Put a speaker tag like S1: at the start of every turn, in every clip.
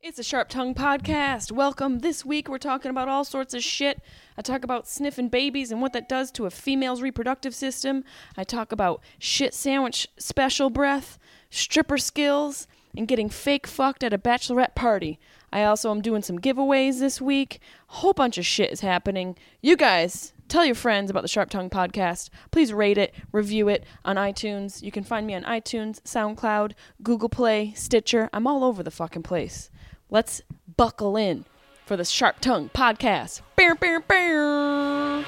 S1: It's a Sharp Tongue podcast. Welcome. This week we're talking about all sorts of shit. I talk about sniffing babies and what that does to a female's reproductive system. I talk about shit sandwich special breath, stripper skills, and getting fake fucked at a bachelorette party. I also am doing some giveaways this week. Whole bunch of shit is happening. You guys, tell your friends about the Sharp Tongue podcast. Please rate it, review it on iTunes. You can find me on iTunes, SoundCloud, Google Play, Stitcher. I'm all over the fucking place. Let's buckle in for the Sharp Tongue podcast. Bear, bear, bear.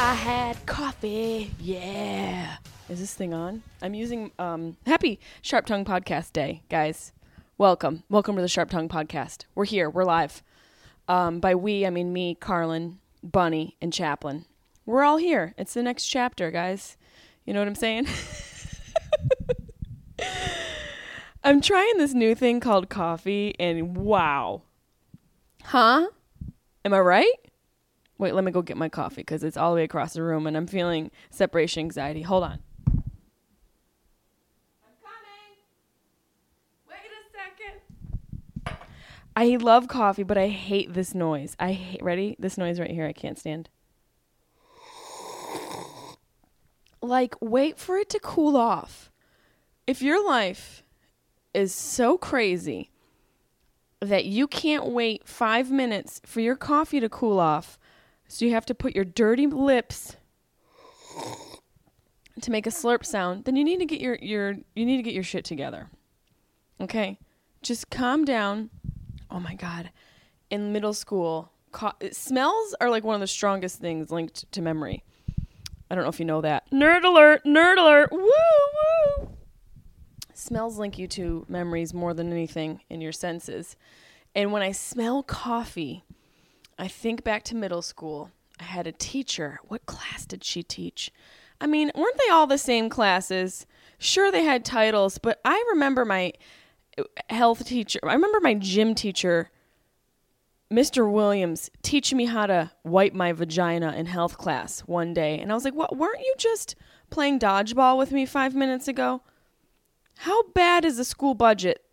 S1: I had coffee. Yeah. Is this thing on? I'm using um Happy Sharp Tongue Podcast Day, guys. Welcome. Welcome to the Sharp Tongue Podcast. We're here. We're live. Um by we, I mean me, Carlin, Bunny, and Chaplin. We're all here. It's the next chapter, guys. You know what I'm saying? I'm trying this new thing called coffee and wow. Huh? Am I right? Wait, let me go get my coffee because it's all the way across the room and I'm feeling separation anxiety. Hold on. I'm coming. Wait a second. I love coffee, but I hate this noise. I hate, ready? This noise right here, I can't stand. Like, wait for it to cool off. If your life is so crazy that you can't wait five minutes for your coffee to cool off, so you have to put your dirty lips to make a slurp sound, then you need to get your, your you need to get your shit together. Okay? Just calm down. Oh my god. In middle school, co- smells are like one of the strongest things linked to memory. I don't know if you know that. Nerd alert, nerd alert. Woo woo smells link you to memories more than anything in your senses. And when I smell coffee, I think back to middle school. I had a teacher. What class did she teach? I mean, weren't they all the same classes? Sure, they had titles, but I remember my uh, health teacher, I remember my gym teacher, Mr. Williams, teaching me how to wipe my vagina in health class one day. And I was like, what? Weren't you just playing dodgeball with me five minutes ago? How bad is the school budget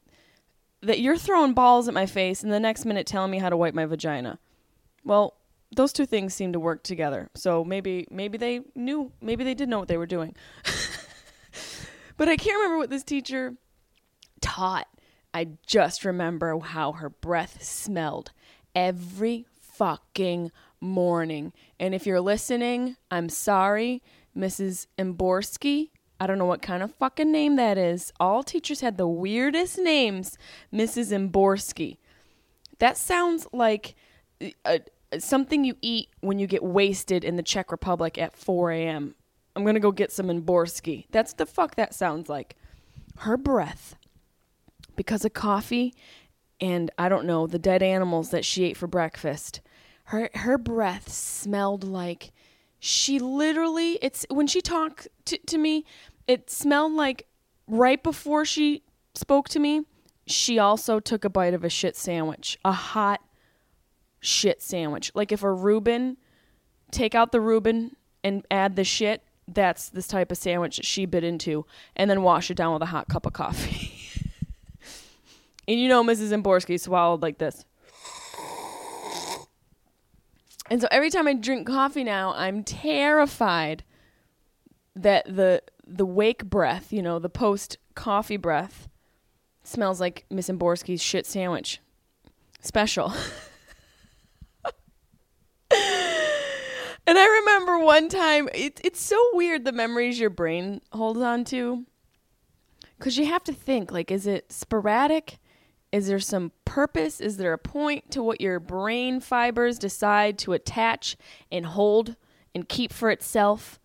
S1: that you're throwing balls at my face and the next minute telling me how to wipe my vagina? Well, those two things seem to work together. So maybe maybe they knew, maybe they did know what they were doing. but I can't remember what this teacher taught. I just remember how her breath smelled every fucking morning. And if you're listening, I'm sorry, Mrs. Emborski. I don't know what kind of fucking name that is. All teachers had the weirdest names, Mrs. Emborski. That sounds like uh something you eat when you get wasted in the Czech Republic at 4 a.m. I'm going to go get some Imborski. That's the fuck that sounds like. Her breath, because of coffee and I don't know, the dead animals that she ate for breakfast, her, her breath smelled like she literally, it's when she talked to, to me, it smelled like right before she spoke to me, she also took a bite of a shit sandwich, a hot shit sandwich. Like if a Reuben, take out the Reuben and add the shit, that's this type of sandwich that she bit into, and then wash it down with a hot cup of coffee. and you know, Mrs. Zimborski swallowed like this. And so every time I drink coffee now, I'm terrified that the the wake breath, you know, the post coffee breath, smells like Miss Zimborski's shit sandwich special. And I remember one time, it, it's so weird the memories your brain holds on to. Because you have to think like, is it sporadic? Is there some purpose? Is there a point to what your brain fibers decide to attach and hold and keep for itself?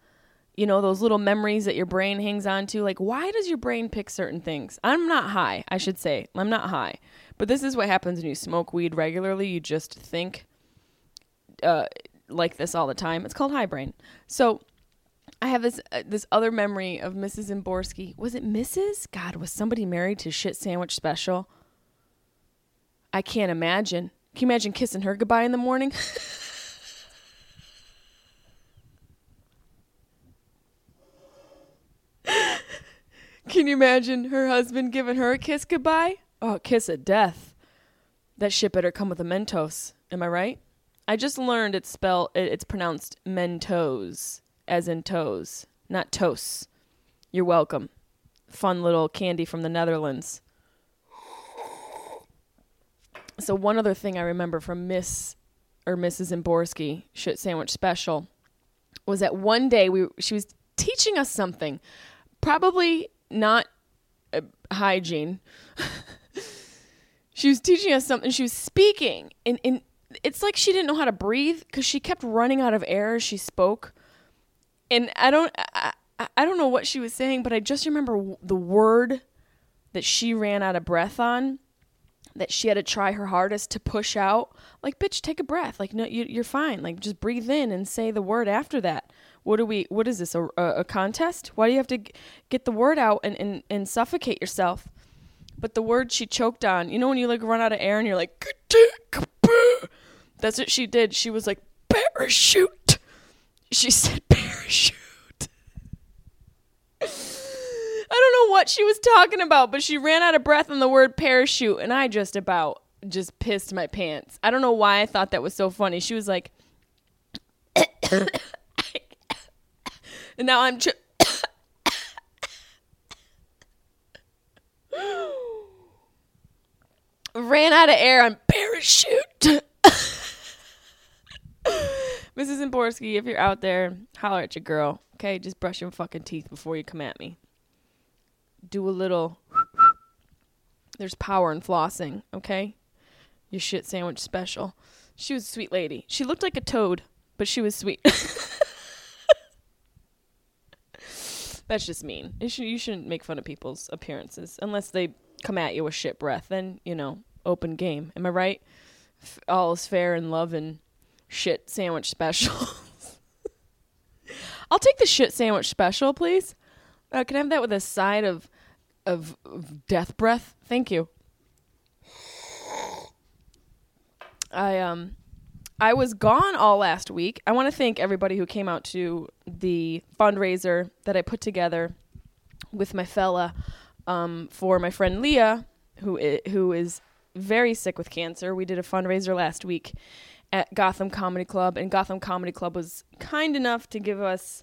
S1: You know, those little memories that your brain hangs on to. Like, why does your brain pick certain things? I'm not high, I should say. I'm not high. But this is what happens when you smoke weed regularly. You just think uh, like this all the time. It's called high brain. So I have this uh, this other memory of Mrs. Zimborski. Was it Mrs? God, was somebody married to Shit Sandwich Special? I can't imagine. Can you imagine kissing her goodbye in the morning? Can you imagine her husband giving her a kiss goodbye? Oh, kiss of death. That shit better come with a Mentos. Am I right? I just learned it's spell it- it's pronounced Mentos as in toes, not toes. You're welcome. Fun little candy from the Netherlands. So one other thing I remember from Miss or Mrs. Imborski shit sandwich special was that one day we she was teaching us something, probably not uh, hygiene. she was teaching us something. She was speaking, and, and it's like she didn't know how to breathe because she kept running out of air as she spoke. And I don't, I, I- I don't know what she was saying, but I just remember w- the word that she ran out of breath on that she had to try her hardest to push out. Like, bitch, take a breath. Like, no, you, you're fine. Like, just breathe in and say the word after that. What do we? What is this? A, a, a contest? Why do you have to g- get the word out and, and, and suffocate yourself? But the word she choked on. You know when you like run out of air and you're like, "Ka-tick-ka-boo." that's what she did. She was like parachute. She said parachute. I don't know what she was talking about, but she ran out of breath on the word parachute, and I just about just pissed my pants. I don't know why I thought that was so funny. She was like, and now I'm. Ch- ran out of air on parachute. Mrs. Zimborski, if you're out there, holler at your girl. Okay, just brush your fucking teeth before you come at me. Do a little. There's power in flossing, okay? Your shit sandwich special. She was a sweet lady. She looked like a toad, but she was sweet. That's just mean. You, should, you shouldn't make fun of people's appearances unless they come at you with shit breath. Then, you know, open game. Am I right? F- all is fair in love and shit sandwich specials. I'll take the shit sandwich special, please. Uh, can I have that with a side of, of of death breath? Thank you. I um I was gone all last week. I want to thank everybody who came out to the fundraiser that I put together with my fella um, for my friend Leah, who i- who is very sick with cancer. We did a fundraiser last week at Gotham Comedy Club, and Gotham Comedy Club was kind enough to give us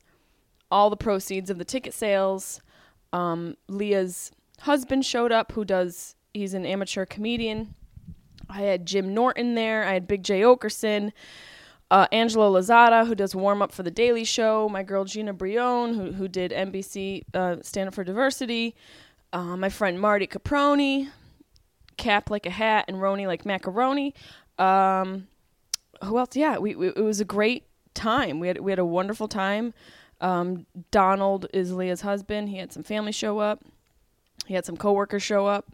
S1: all the proceeds of the ticket sales. Um, Leah's husband showed up, who does he's an amateur comedian. I had Jim Norton there. I had Big J Okerson, uh, Angelo Lazada, who does warm up for The Daily Show. My girl Gina Brion, who who did NBC uh, Stand Up for Diversity. Uh, my friend Marty Caproni, Cap like a hat, and Roni like macaroni. Um, who else? Yeah, we, we it was a great time. We had we had a wonderful time. Um, Donald is Leah's husband. He had some family show up. He had some coworkers show up,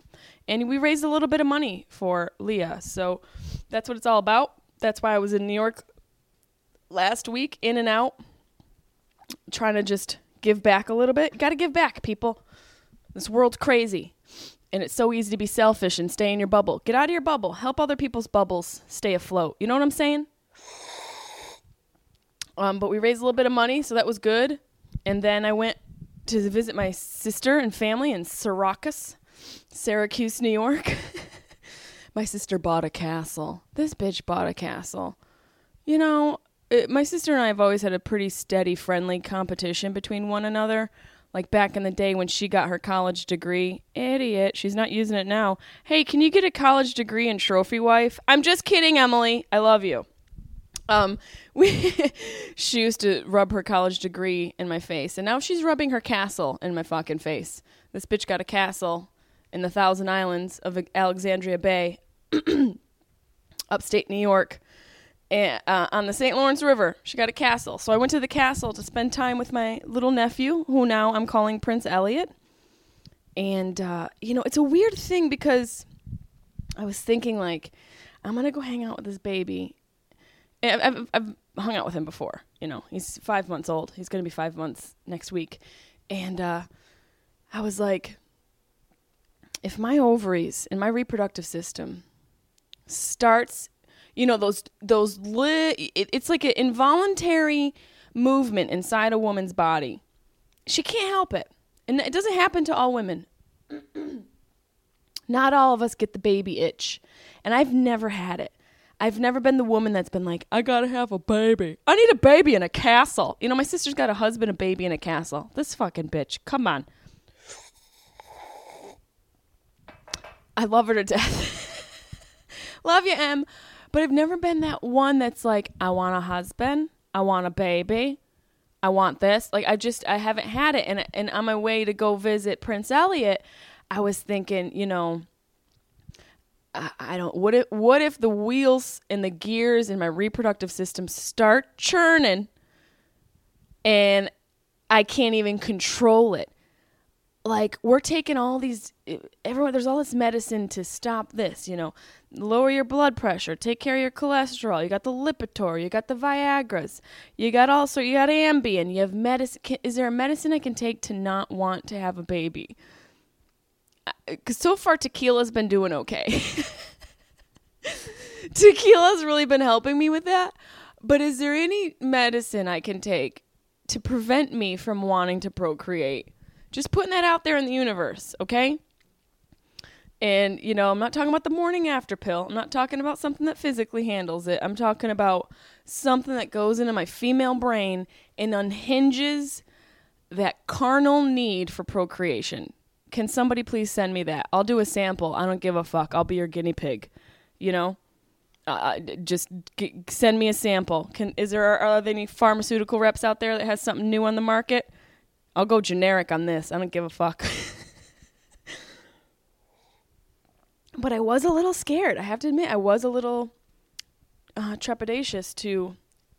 S1: and we raised a little bit of money for Leah. So that's what it's all about. That's why I was in New York last week, in and out, trying to just give back a little bit. Got to give back, people. This world's crazy. And it's so easy to be selfish and stay in your bubble. Get out of your bubble. Help other people's bubbles stay afloat. You know what I'm saying? Um, but we raised a little bit of money, so that was good. And then I went to visit my sister and family in Syracuse, Syracuse, New York. my sister bought a castle. This bitch bought a castle. You know, it, my sister and I have always had a pretty steady, friendly competition between one another. Like back in the day when she got her college degree. Idiot, she's not using it now. Hey, can you get a college degree and trophy wife? I'm just kidding, Emily. I love you. Um, we she used to rub her college degree in my face, and now she's rubbing her castle in my fucking face. This bitch got a castle in the Thousand Islands of Alexandria Bay, upstate New York, and, uh, on the St. Lawrence River. She got a castle, so I went to the castle to spend time with my little nephew, who now I'm calling Prince Elliot. And uh, you know, it's a weird thing because I was thinking like, I'm gonna go hang out with this baby and I've, I've, I've hung out with him before. You know, he's five months old. He's going to be five months next week. And uh, I was like, if my ovaries and my reproductive system starts you know those those li- it, it's like an involuntary movement inside a woman's body she can't help it and it doesn't happen to all women not all of us get the baby itch and i've never had it i've never been the woman that's been like i gotta have a baby i need a baby in a castle you know my sister's got a husband a baby and a castle this fucking bitch come on i love her to death love you em but i've never been that one that's like i want a husband i want a baby I want this. Like I just I haven't had it and and on my way to go visit Prince Elliot, I was thinking, you know, I, I don't what if what if the wheels and the gears in my reproductive system start churning and I can't even control it. Like we're taking all these e, everyone there's all this medicine to stop this, you know. Lower your blood pressure, take care of your cholesterol. You got the Lipitor, you got the Viagra's. You got also you got Ambien. You have medicine is there a medicine I can take to not want to have a baby? Cuz so far tequila's been doing okay. tequila's really been helping me with that. But is there any medicine I can take to prevent me from wanting to procreate? Just putting that out there in the universe, okay? And, you know, I'm not talking about the morning after pill. I'm not talking about something that physically handles it. I'm talking about something that goes into my female brain and unhinges that carnal need for procreation. Can somebody please send me that? I'll do a sample. I don't give a fuck. I'll be your guinea pig. You know? Uh, just g- send me a sample. Can is there are there any pharmaceutical reps out there that has something new on the market? I'll go generic on this. I don't give a fuck. but I was a little scared. I have to admit, I was a little uh, trepidatious to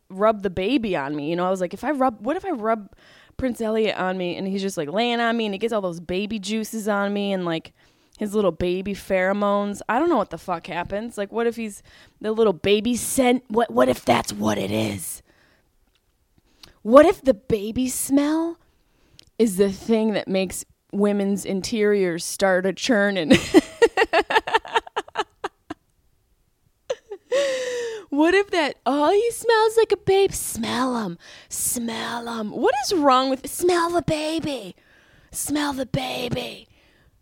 S1: rub the baby on me. You know, I was like, if I rub, what if I rub Prince Elliot on me and he's just like laying on me and he gets all those baby juices on me and like his little baby pheromones. I don't know what the fuck happens. Like, what if he's the little baby scent? What what if that's what it is? What if the baby smell is the thing that makes women's interiors start a churning? What if that? Oh, he smells like a babe. Smell him. Smell him. What is wrong with smell the baby? Smell the baby.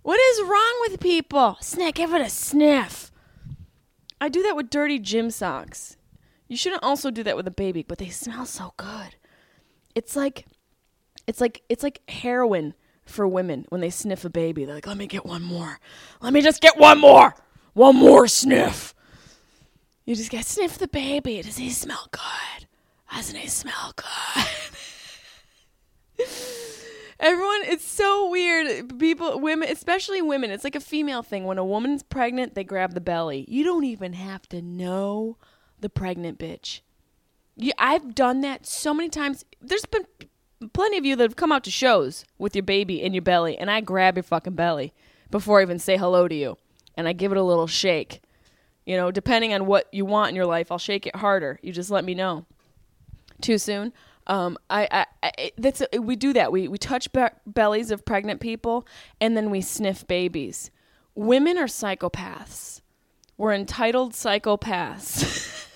S1: What is wrong with people? Sniff. Give it a sniff. I do that with dirty gym socks. You shouldn't also do that with a baby, but they smell so good. It's like, it's like, it's like heroin for women when they sniff a baby. They're like, let me get one more. Let me just get one more. One more sniff. You just get sniff the baby. Does he smell good? Doesn't he smell good? Everyone, it's so weird. People, women, especially women, it's like a female thing. When a woman's pregnant, they grab the belly. You don't even have to know the pregnant bitch. You, I've done that so many times. There's been plenty of you that have come out to shows with your baby in your belly, and I grab your fucking belly before I even say hello to you, and I give it a little shake. You know, depending on what you want in your life, I'll shake it harder. You just let me know. Too soon. Um, I, I, I that's a, we do that. We we touch be- bellies of pregnant people, and then we sniff babies. Women are psychopaths. We're entitled psychopaths,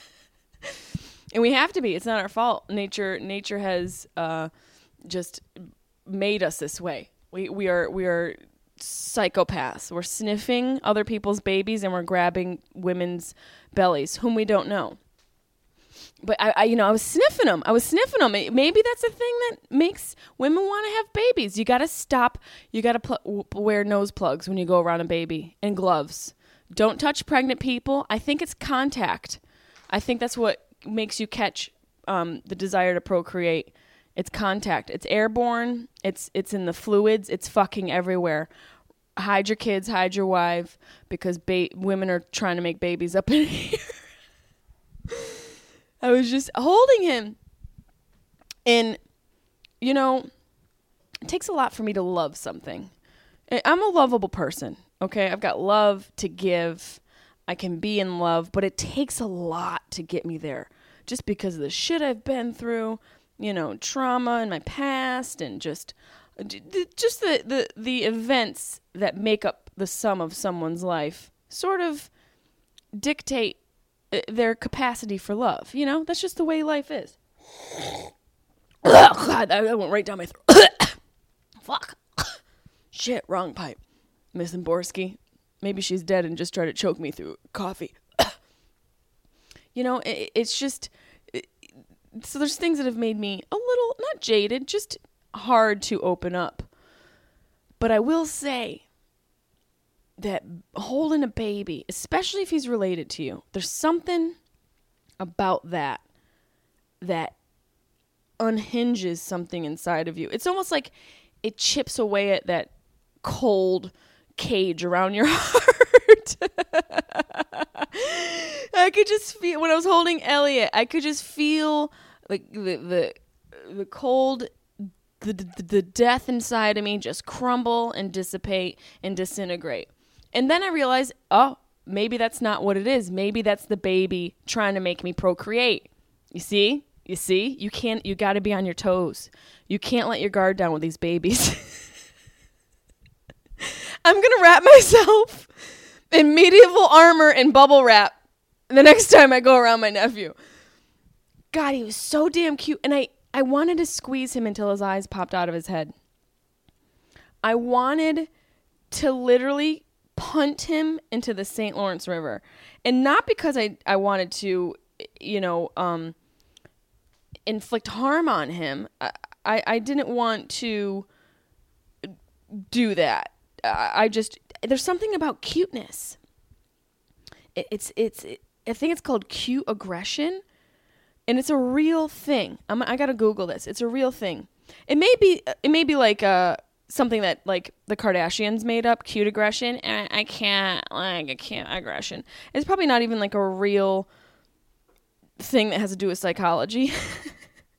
S1: and we have to be. It's not our fault. Nature nature has uh, just made us this way. We we are we are psychopaths. We're sniffing other people's babies and we're grabbing women's bellies, whom we don't know. But I, I you know, I was sniffing them. I was sniffing them. Maybe that's a thing that makes women want to have babies. You got to stop. You got to pl- wear nose plugs when you go around a baby and gloves. Don't touch pregnant people. I think it's contact. I think that's what makes you catch um, the desire to procreate. It's contact. It's airborne. It's it's in the fluids. It's fucking everywhere. Hide your kids. Hide your wife because ba- women are trying to make babies up in here. I was just holding him, and you know, it takes a lot for me to love something. I'm a lovable person. Okay, I've got love to give. I can be in love, but it takes a lot to get me there. Just because of the shit I've been through, you know trauma in my past and just just the, the the events that make up the sum of someone's life sort of dictate uh, their capacity for love. You know, that's just the way life is. Ugh, God, that, that went right down my throat. Fuck. Shit, wrong pipe. Miss Zimborski, maybe she's dead and just tried to choke me through coffee. you know, it, it's just. It, so there's things that have made me a little, not jaded, just hard to open up. But I will say that holding a baby, especially if he's related to you, there's something about that that unhinges something inside of you. It's almost like it chips away at that cold cage around your heart. I could just feel when I was holding Elliot, I could just feel like the the, the cold the, the, the death inside of me just crumble and dissipate and disintegrate. And then I realized, oh, maybe that's not what it is. Maybe that's the baby trying to make me procreate. You see? You see? You can't, you got to be on your toes. You can't let your guard down with these babies. I'm going to wrap myself in medieval armor and bubble wrap the next time I go around my nephew. God, he was so damn cute. And I, I wanted to squeeze him until his eyes popped out of his head. I wanted to literally punt him into the St. Lawrence River. And not because I, I wanted to, you know, um, inflict harm on him. I, I, I didn't want to do that. I, I just, there's something about cuteness. It, it's, it's, it, I think it's called cute aggression and it's a real thing. I'm, I gotta Google this. It's a real thing. It may be it may be like uh something that like the Kardashians made up, cute aggression, and I can't like I can't aggression. It's probably not even like a real thing that has to do with psychology,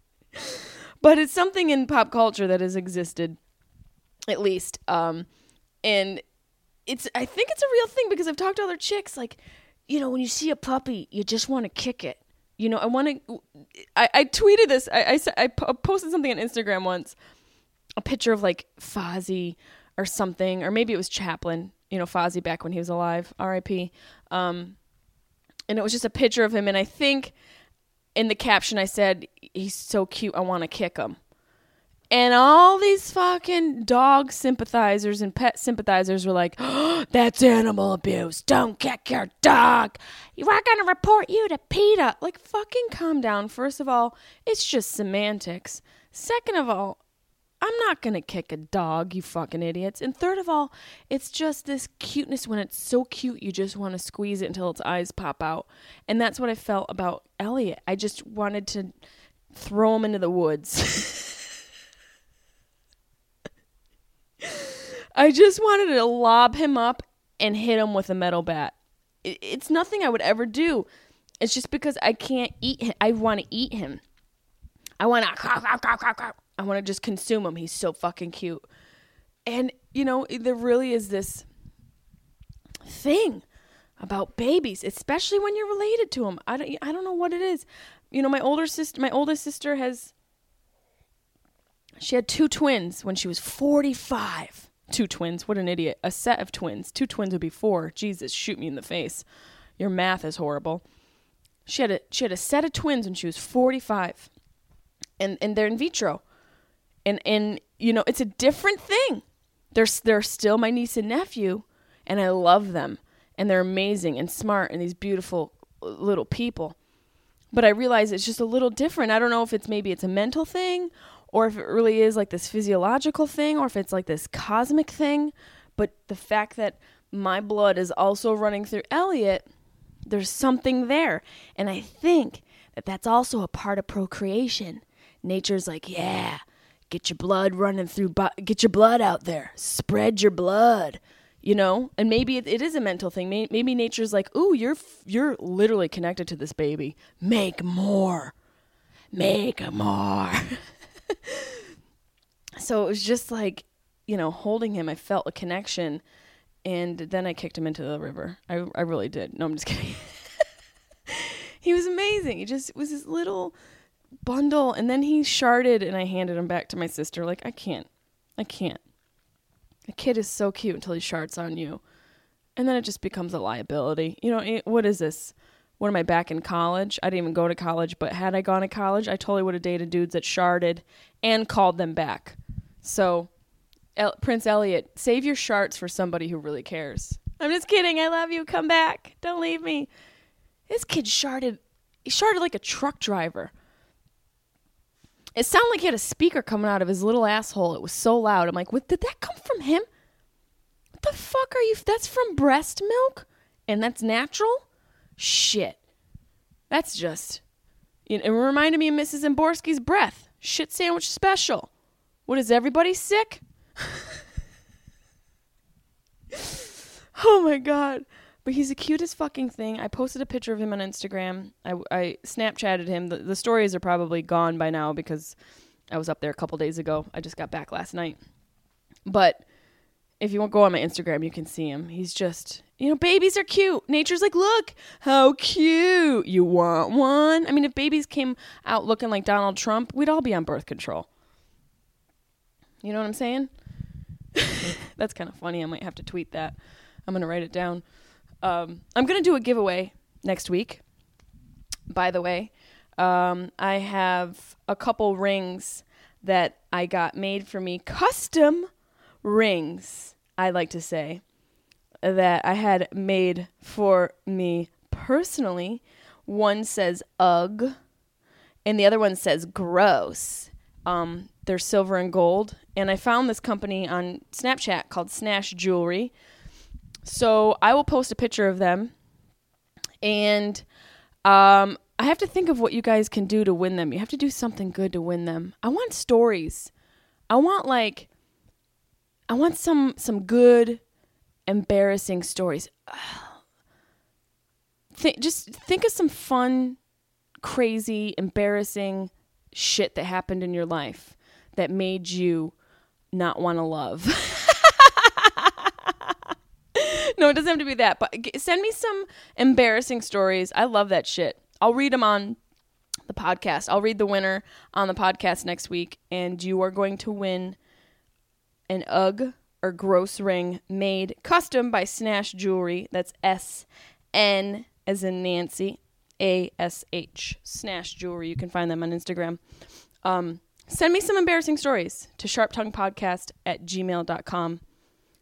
S1: but it's something in pop culture that has existed, at least. Um, and it's I think it's a real thing because I've talked to other chicks like, you know, when you see a puppy, you just want to kick it you know, I want to. I, I tweeted this. I, I, s- I po- posted something on Instagram once, a picture of like Fozzie or something, or maybe it was Chaplin. You know, Fozzie back when he was alive, R.I.P. Um, and it was just a picture of him, and I think in the caption I said, "He's so cute, I want to kick him." And all these fucking dog sympathizers and pet sympathizers were like, that's animal abuse. Don't kick your dog. We're going to report you to PETA. Like, fucking calm down. First of all, it's just semantics. Second of all, I'm not going to kick a dog, you fucking idiots. And third of all, it's just this cuteness when it's so cute, you just want to squeeze it until its eyes pop out. And that's what I felt about Elliot. I just wanted to throw him into the woods. I just wanted to lob him up and hit him with a metal bat. It, it's nothing I would ever do. It's just because I can't eat him. I want to eat him. I want to. I want to just consume him. He's so fucking cute. And you know, there really is this thing about babies, especially when you're related to them. I don't. I don't know what it is. You know, my older sister. My oldest sister has she had two twins when she was 45. Two twins. What an idiot. A set of twins. Two twins would be four. Jesus, shoot me in the face. Your math is horrible. She had a she had a set of twins when she was 45. And and they're in vitro. And and you know, it's a different thing. They're s- they're still my niece and nephew and I love them and they're amazing and smart and these beautiful uh, little people but I realize it's just a little different. I don't know if it's maybe it's a mental thing or if it really is like this physiological thing or if it's like this cosmic thing, but the fact that my blood is also running through Elliot, there's something there. And I think that that's also a part of procreation. Nature's like, "Yeah, get your blood running through bo- get your blood out there. Spread your blood." you know and maybe it, it is a mental thing May- maybe nature's like ooh you're f- you're literally connected to this baby make more make more so it was just like you know holding him i felt a connection and then i kicked him into the river i, I really did no i'm just kidding he was amazing he just was this little bundle and then he sharded and i handed him back to my sister like i can't i can't a kid is so cute until he sharts on you. and then it just becomes a liability. You know, it, what is this? What am I back in college? I didn't even go to college, but had I gone to college, I totally would have dated dudes that sharded and called them back. So, El- Prince Elliot, save your sharts for somebody who really cares. I'm just kidding. I love you. Come back. Don't leave me. This kid sharded. He sharded like a truck driver. It sounded like he had a speaker coming out of his little asshole. It was so loud. I'm like, what, did that come from him? What the fuck are you? That's from breast milk? And that's natural? Shit. That's just. It it reminded me of Mrs. Zimborski's breath. Shit sandwich special. What is everybody sick? oh my god. But he's the cutest fucking thing. I posted a picture of him on Instagram. I, I Snapchatted him. The, the stories are probably gone by now because I was up there a couple days ago. I just got back last night. But if you won't go on my Instagram, you can see him. He's just, you know, babies are cute. Nature's like, look, how cute. You want one? I mean, if babies came out looking like Donald Trump, we'd all be on birth control. You know what I'm saying? That's kind of funny. I might have to tweet that. I'm going to write it down. Um, I'm going to do a giveaway next week, by the way. Um, I have a couple rings that I got made for me, custom rings, I like to say, that I had made for me personally. One says ugh, and the other one says gross. Um, they're silver and gold. And I found this company on Snapchat called Snash Jewelry. So I will post a picture of them. And um, I have to think of what you guys can do to win them. You have to do something good to win them. I want stories. I want like I want some some good embarrassing stories. Think just think of some fun, crazy, embarrassing shit that happened in your life that made you not want to love. no, it doesn't have to be that. But g- send me some embarrassing stories. I love that shit. I'll read them on the podcast. I'll read the winner on the podcast next week, and you are going to win an UGG or gross ring made custom by Snash Jewelry. That's S N as in Nancy, A S H. Snash Jewelry. You can find them on Instagram. Um, send me some embarrassing stories to sharptonguepodcast at gmail.com.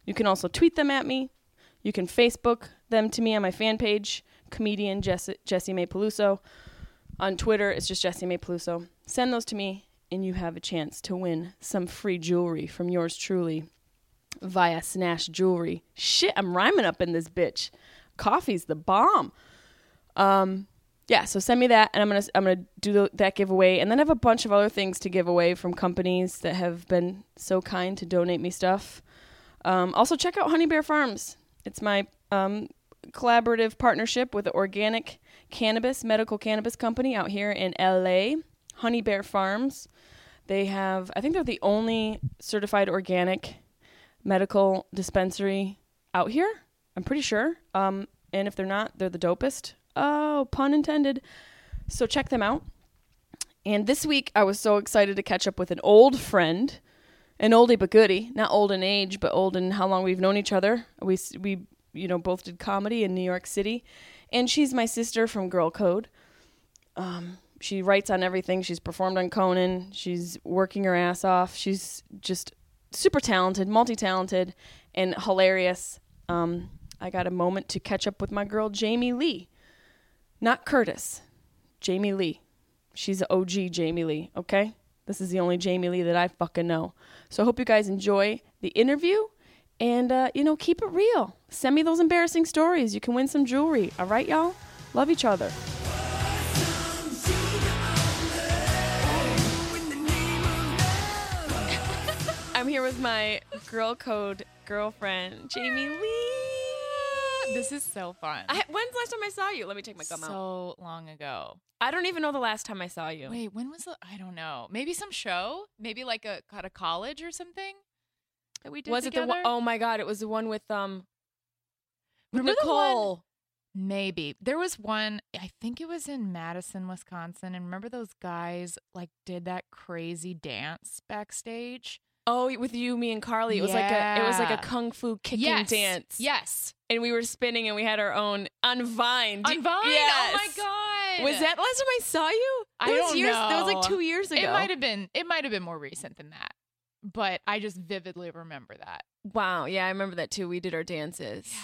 S1: You can also tweet them at me. You can Facebook them to me on my fan page, comedian Jess- Jesse May Peluso. On Twitter, it's just Jesse May Peluso. Send those to me, and you have a chance to win some free jewelry from yours truly via Snash Jewelry. Shit, I'm rhyming up in this bitch. Coffee's the bomb. Um, yeah, so send me that, and I'm gonna I'm gonna do the, that giveaway, and then I have a bunch of other things to give away from companies that have been so kind to donate me stuff. Um, also, check out Honey Bear Farms. It's my um, collaborative partnership with the organic cannabis, medical cannabis company out here in LA, Honey Bear Farms. They have, I think they're the only certified organic medical dispensary out here. I'm pretty sure. Um, and if they're not, they're the dopest. Oh, pun intended. So check them out. And this week, I was so excited to catch up with an old friend, an oldie but goodie. Not old in age, but old in how long we've known each other. We s- we you know both did comedy in New York City, and she's my sister from Girl Code. Um, she writes on everything. She's performed on Conan. She's working her ass off. She's just super talented, multi talented, and hilarious. Um, I got a moment to catch up with my girl Jamie Lee, not Curtis. Jamie Lee. She's an OG Jamie Lee, okay? This is the only Jamie Lee that I fucking know. So I hope you guys enjoy the interview and, uh, you know, keep it real. Send me those embarrassing stories. You can win some jewelry. All right, y'all? Love each other. I'm here with my girl code girlfriend, Jamie Lee.
S2: This is so fun.
S1: I, when's the last time I saw you? Let me take my gum out.
S2: so long ago.
S1: I don't even know the last time I saw you.
S2: Wait, when was the? I don't know. Maybe some show. Maybe like a at a college or something that we did
S1: was
S2: together.
S1: it the one oh my god, it was the one with um with
S2: Remember the one-
S1: Nicole.
S2: Maybe there was one. I think it was in Madison, Wisconsin. And remember those guys like did that crazy dance backstage?
S1: Oh, with you, me, and Carly, it was like a it was like
S2: Yeah.
S1: a kung fu kicking
S2: yes.
S1: dance.
S2: Yes.
S1: and we were spinning, and we had our own on Vine. Do-
S2: On Vine.
S1: Yes.
S2: Oh my god.
S1: Was that last time I saw you?
S2: I
S1: That was
S2: don't
S1: years, That was like
S2: know.
S1: two years ago.
S2: It might have been it might have been more recent than that. But I just vividly remember that.
S1: Wow. Yeah, I remember that too. We did our dances.
S2: Yeah.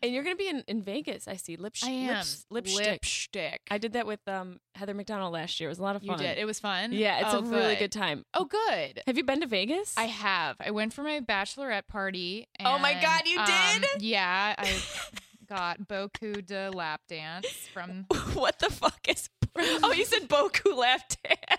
S1: And you're gonna be in, in Vegas. I see. Lip, sh-
S2: I am
S1: lips- lipstick.
S2: lipstick.
S1: I did that with um, Heather McDonald last year. It was a lot of
S2: you
S1: fun.
S2: did. It was fun.
S1: Yeah, it's
S2: oh,
S1: a really good time.
S2: Oh, good.
S1: Have you been to Vegas?
S2: I have. I went for my bachelorette party. And,
S1: Oh my God, you
S2: um,
S1: did?
S2: Yeah, I got Boku de lap dance from.
S1: what the fuck is? Oh, you said Boku left hand.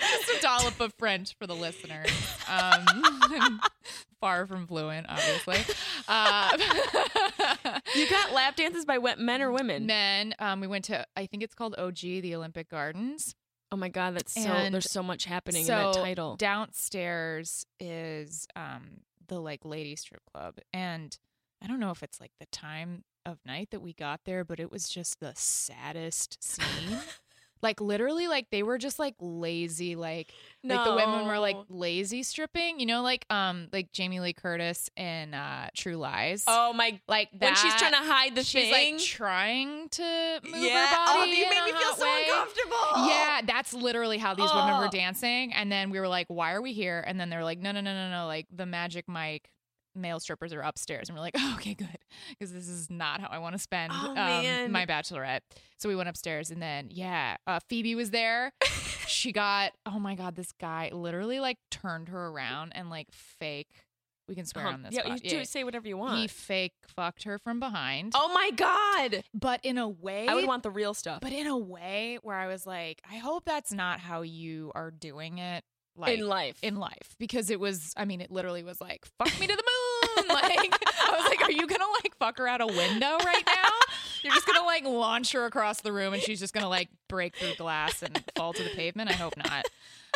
S2: Just a dollop of French for the listener. Um, far from fluent, obviously. Uh,
S1: You got lap dances by wet men or women?
S2: men. Um, we went to. I think it's called OG, the Olympic Gardens.
S1: Oh my god, that's so.
S2: And
S1: there's so much happening in that
S2: so
S1: title.
S2: downstairs is um the like lady strip club and i don't know if it's like the time of night that we got there but it was just the saddest scene like literally like they were just like lazy like like the women were like
S1: No.
S2: lazy stripping you know like um like jamie lee curtis in uh true lies
S1: Oh my.
S2: like that
S1: When she's trying to hide the
S2: she's
S1: thing.
S2: like trying to move
S1: yeah.
S2: her body
S1: oh, you
S2: in
S1: made
S2: a
S1: me feel
S2: hot
S1: so
S2: way.
S1: uncomfortable. Uh-huh.
S2: Yeah, that's literally how these women were
S1: Oh.
S2: dancing. And then we were like, why are we here? And then they're like, no, no, no, no, no. Like the magic mic male strippers are upstairs. And we're like, oh, okay, good. Because this is not how I want to spend
S1: Oh,
S2: um,
S1: man.
S2: my bachelorette. So we went upstairs. And then, yeah, uh, Phoebe was there. she got, oh my God, this guy literally like turned her around and like fake. We can swear
S1: Huh.
S2: on this.
S1: yeah,
S2: pod-
S1: you do say whatever you want.
S2: He fake fucked her from behind,
S1: oh my god.
S2: but in a way
S1: I would want the real stuff.
S2: but in a way where I was like, I hope that's not how you are doing it, like
S1: in life.
S2: in life, because it was. I mean, it literally was like, fuck me to the moon. Like I was like, are you gonna like fuck her out a window right now? You're just gonna like launch her across the room, and she's just gonna like break through glass and fall to the pavement. I hope not.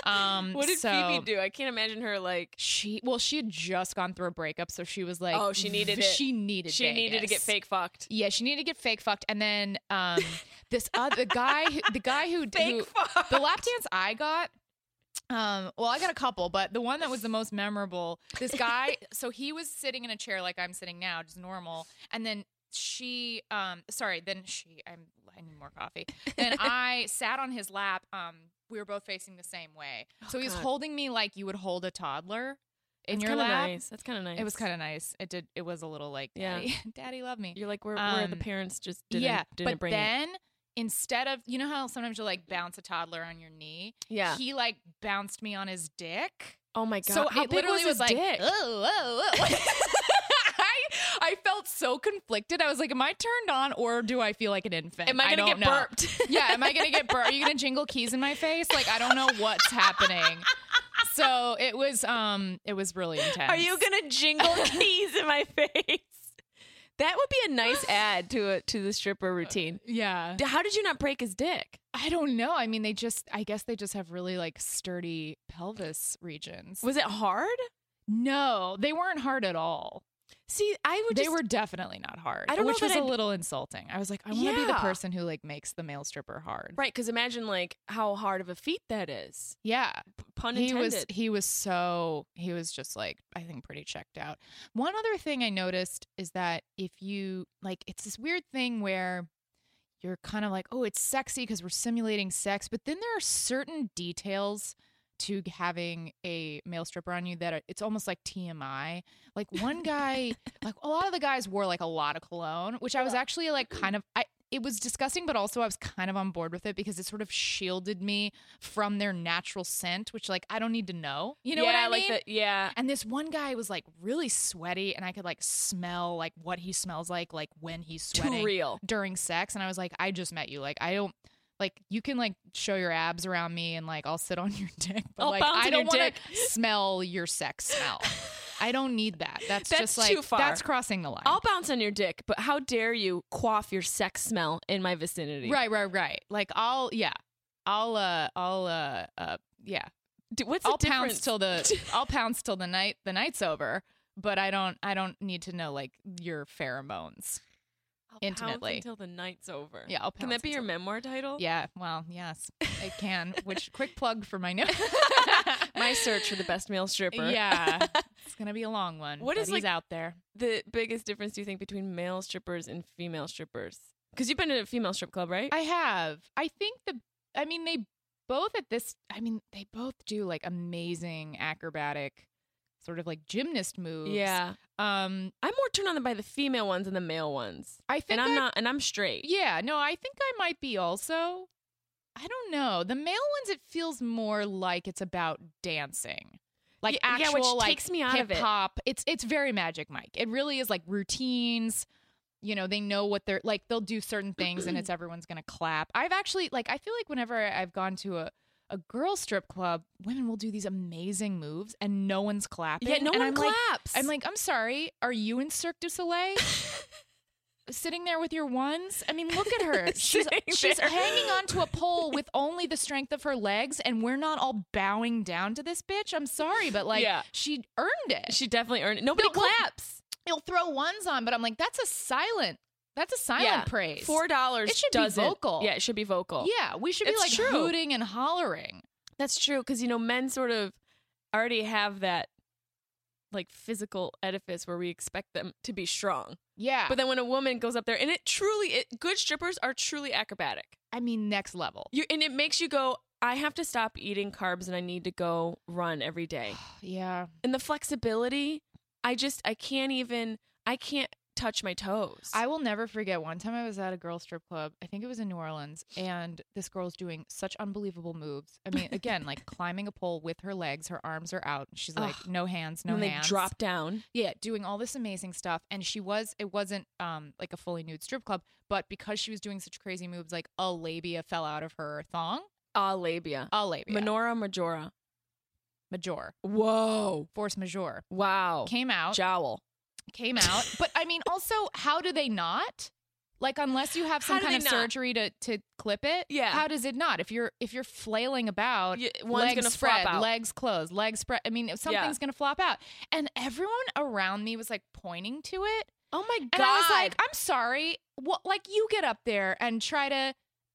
S2: Um,
S1: what did
S2: so
S1: Phoebe do? I can't imagine her like.
S2: She well, she had just gone through a breakup, so she was like,
S1: Oh, she needed it.
S2: She needed.
S1: She needed to get
S2: Vegas.
S1: fake fucked.
S2: Yeah, she needed to get fake fucked, and then um, this other the guy, who, the guy who, who
S1: Fake fucked.
S2: the lap dance I got. Um, well, I got a couple, but the one that was the most memorable, this guy, so he was sitting in a chair like I'm sitting now, just normal, and then she, um, sorry, then she, I'm, I need more coffee, and I sat on his lap. Um, we were both facing the same way, so he was
S1: God.
S2: holding me like you would hold a toddler in
S1: That's
S2: your
S1: kinda
S2: lap.
S1: Nice. That's kind of nice.
S2: It was kind of nice. It did. It was a little like,
S1: Yeah.
S2: daddy, daddy, love me
S1: You're like where, where the
S2: Um,
S1: parents just didn't,
S2: yeah,
S1: didn't
S2: but
S1: bring it.
S2: then instead of you know how sometimes you'll like bounce a toddler on your knee,
S1: Yeah.
S2: he like bounced me on his dick.
S1: oh my god.
S2: so
S1: how
S2: it
S1: big
S2: literally
S1: was, his
S2: like,
S1: dick?
S2: "Oh, oh, oh." I I felt so conflicted. I was like, am I turned on or do I feel like an infant?
S1: Am I gonna
S2: don't
S1: get
S2: know.
S1: burped?
S2: yeah, am I gonna get burped? Are you gonna jingle keys in my face? Like I don't know what's happening. So it was um it was really intense.
S1: Are you gonna jingle keys in my face? That would be a nice add to a, to the stripper routine.
S2: yeah.
S1: D- How did you not break his dick?
S2: I don't know. I mean, they just, I guess they just have really like sturdy pelvis regions.
S1: Was it hard?
S2: no, they weren't hard at all.
S1: See, I would.
S2: they
S1: just,
S2: were definitely not hard,
S1: I don't know
S2: which
S1: that
S2: was a
S1: I'd-
S2: little insulting. I was like, I want to be the
S1: Yeah.
S2: person who like makes the male stripper hard.
S1: right because imagine like how hard of a feat that is.
S2: Yeah.
S1: P- Pun
S2: He
S1: intended.
S2: was, he was so, he was just like, I think pretty checked out. One other thing I noticed is that if you like, it's this weird thing where you're kind of like, oh, it's sexy because we're simulating sex, but then there are certain details to having a male stripper on you that are, it's almost like TMI. Like one guy, like a lot of the guys wore like a lot of cologne, which I was actually like
S1: Mm-hmm.
S2: kind of I it was disgusting, but also I was kind of on board with it because it sort of shielded me from their natural scent, which like I don't need to know. You know
S1: yeah,
S2: what I
S1: like
S2: mean?
S1: the- uh yeah.
S2: And this one guy was like really sweaty, and I could like smell like what he smells like, like when he's sweating
S1: Too real.
S2: during sex. And I was like, I just met you. Like, I don't like you can like show your abs around me, and like I'll sit on your dick, but
S1: I'll
S2: like
S1: bounce
S2: I
S1: on
S2: don't
S1: your
S2: want to smell your sex smell. I don't need that. That's,
S1: That's
S2: just like
S1: too far.
S2: that's crossing the line.
S1: I'll bounce on your dick, but how dare you quaff your sex smell in my vicinity?
S2: right, right, right. Like I'll yeah, I'll uh, I'll uh, uh yeah.
S1: D- What's
S2: I'll
S1: the difference?
S2: pounce till the I'll pounce till the night the night's over. But I don't I don't need to know like your pheromones.
S1: I'll pounce
S2: intimately.
S1: until the night's over.
S2: Yeah, I'll pounce
S1: Can that be your
S2: until-
S1: memoir title?
S2: Yeah, well, yes, it can. Which quick plug for my new
S1: my search for the best male stripper.
S2: Yeah, it's gonna be a long one.
S1: What
S2: but
S1: is,
S2: he's
S1: like-
S2: out there?
S1: The biggest difference do you think between male strippers and female strippers? Because you've been in a female strip club, right?
S2: I have. I think the. I mean, they both at this. I mean, they both do like amazing acrobatic, sort of like gymnast moves.
S1: yeah.
S2: Um.
S1: I'm more turned on by the female ones than the male ones.
S2: I
S1: And
S2: think
S1: I'm
S2: I-
S1: not, and I'm straight.
S2: Yeah. No, I think I might be also. I don't know. The male ones, it feels more like it's about dancing. Like
S1: Yeah, yeah,
S2: actual,
S1: which
S2: like
S1: takes me out of
S2: hip
S1: it.
S2: hop. It's it's very Magic Mike. It really is like routines. You know, they know what they're like. They'll do certain things, and it's everyone's gonna clap. I've actually like I feel like whenever I've gone to a a girl strip club, women will do these amazing moves, and no one's clapping.
S1: Yeah, no
S2: and
S1: one
S2: I'm like,
S1: claps.
S2: I'm like, I'm sorry. Are you in Cirque du Soleil? Sitting there with your ones? I mean, look at her. She's
S1: Sitting
S2: she's
S1: there.
S2: hanging onto a pole with only the strength of her legs, and we're not all bowing down to this bitch. I'm sorry, but like,
S1: Yeah.
S2: she earned it.
S1: she definitely earned it. Nobody
S2: No, well,
S1: claps.
S2: She'll throw ones on, but I'm like, that's a silent. That's a silent
S1: Yeah.
S2: praise.
S1: Four dollars.
S2: It should be
S1: doesn't,
S2: vocal.
S1: Yeah, it should be vocal.
S2: yeah, we should
S1: It's
S2: be like
S1: true.
S2: hooting and hollering.
S1: that's true. Because you know, men sort of already have that like physical edifice where we expect them to be strong.
S2: Yeah,
S1: But then when a woman goes up there, and it truly, it, good strippers are truly acrobatic.
S2: I mean, next level.
S1: You and it makes you go. I have to stop eating carbs, and I need to go run every day.
S2: Yeah,
S1: and the flexibility i just i can't even i can't touch my toes
S2: I will never forget one time I was at a girl strip club. I think it was in New Orleans, and this girl's doing such unbelievable moves. I mean, again, like climbing a pole with her legs, her arms are out. and She's like,
S1: Ugh.
S2: no hands, no
S1: and they
S2: hands.
S1: drop down
S2: Yeah, doing all this amazing stuff. And she was, it wasn't um like a fully nude strip club, but because she was doing such crazy moves, like a labia fell out of her thong.
S1: ah labia
S2: A labia.
S1: minora majora
S2: major.
S1: whoa
S2: Force majeure.
S1: wow
S2: Came out.
S1: jowl
S2: came out. But I mean, also, how do they not? Like, unless you have some
S1: How do
S2: kind
S1: they not?
S2: of surgery to to clip it.
S1: Yeah.
S2: How does it not? If you're if you're flailing about,
S1: Y- one's
S2: legs
S1: gonna
S2: spread,
S1: flop out.
S2: legs closed, legs spread. I mean, if
S1: Yeah.
S2: something's gonna flop out, and everyone around me was like pointing to it,
S1: oh my god
S2: and I was like, I'm sorry. What? Like, you get up there and try to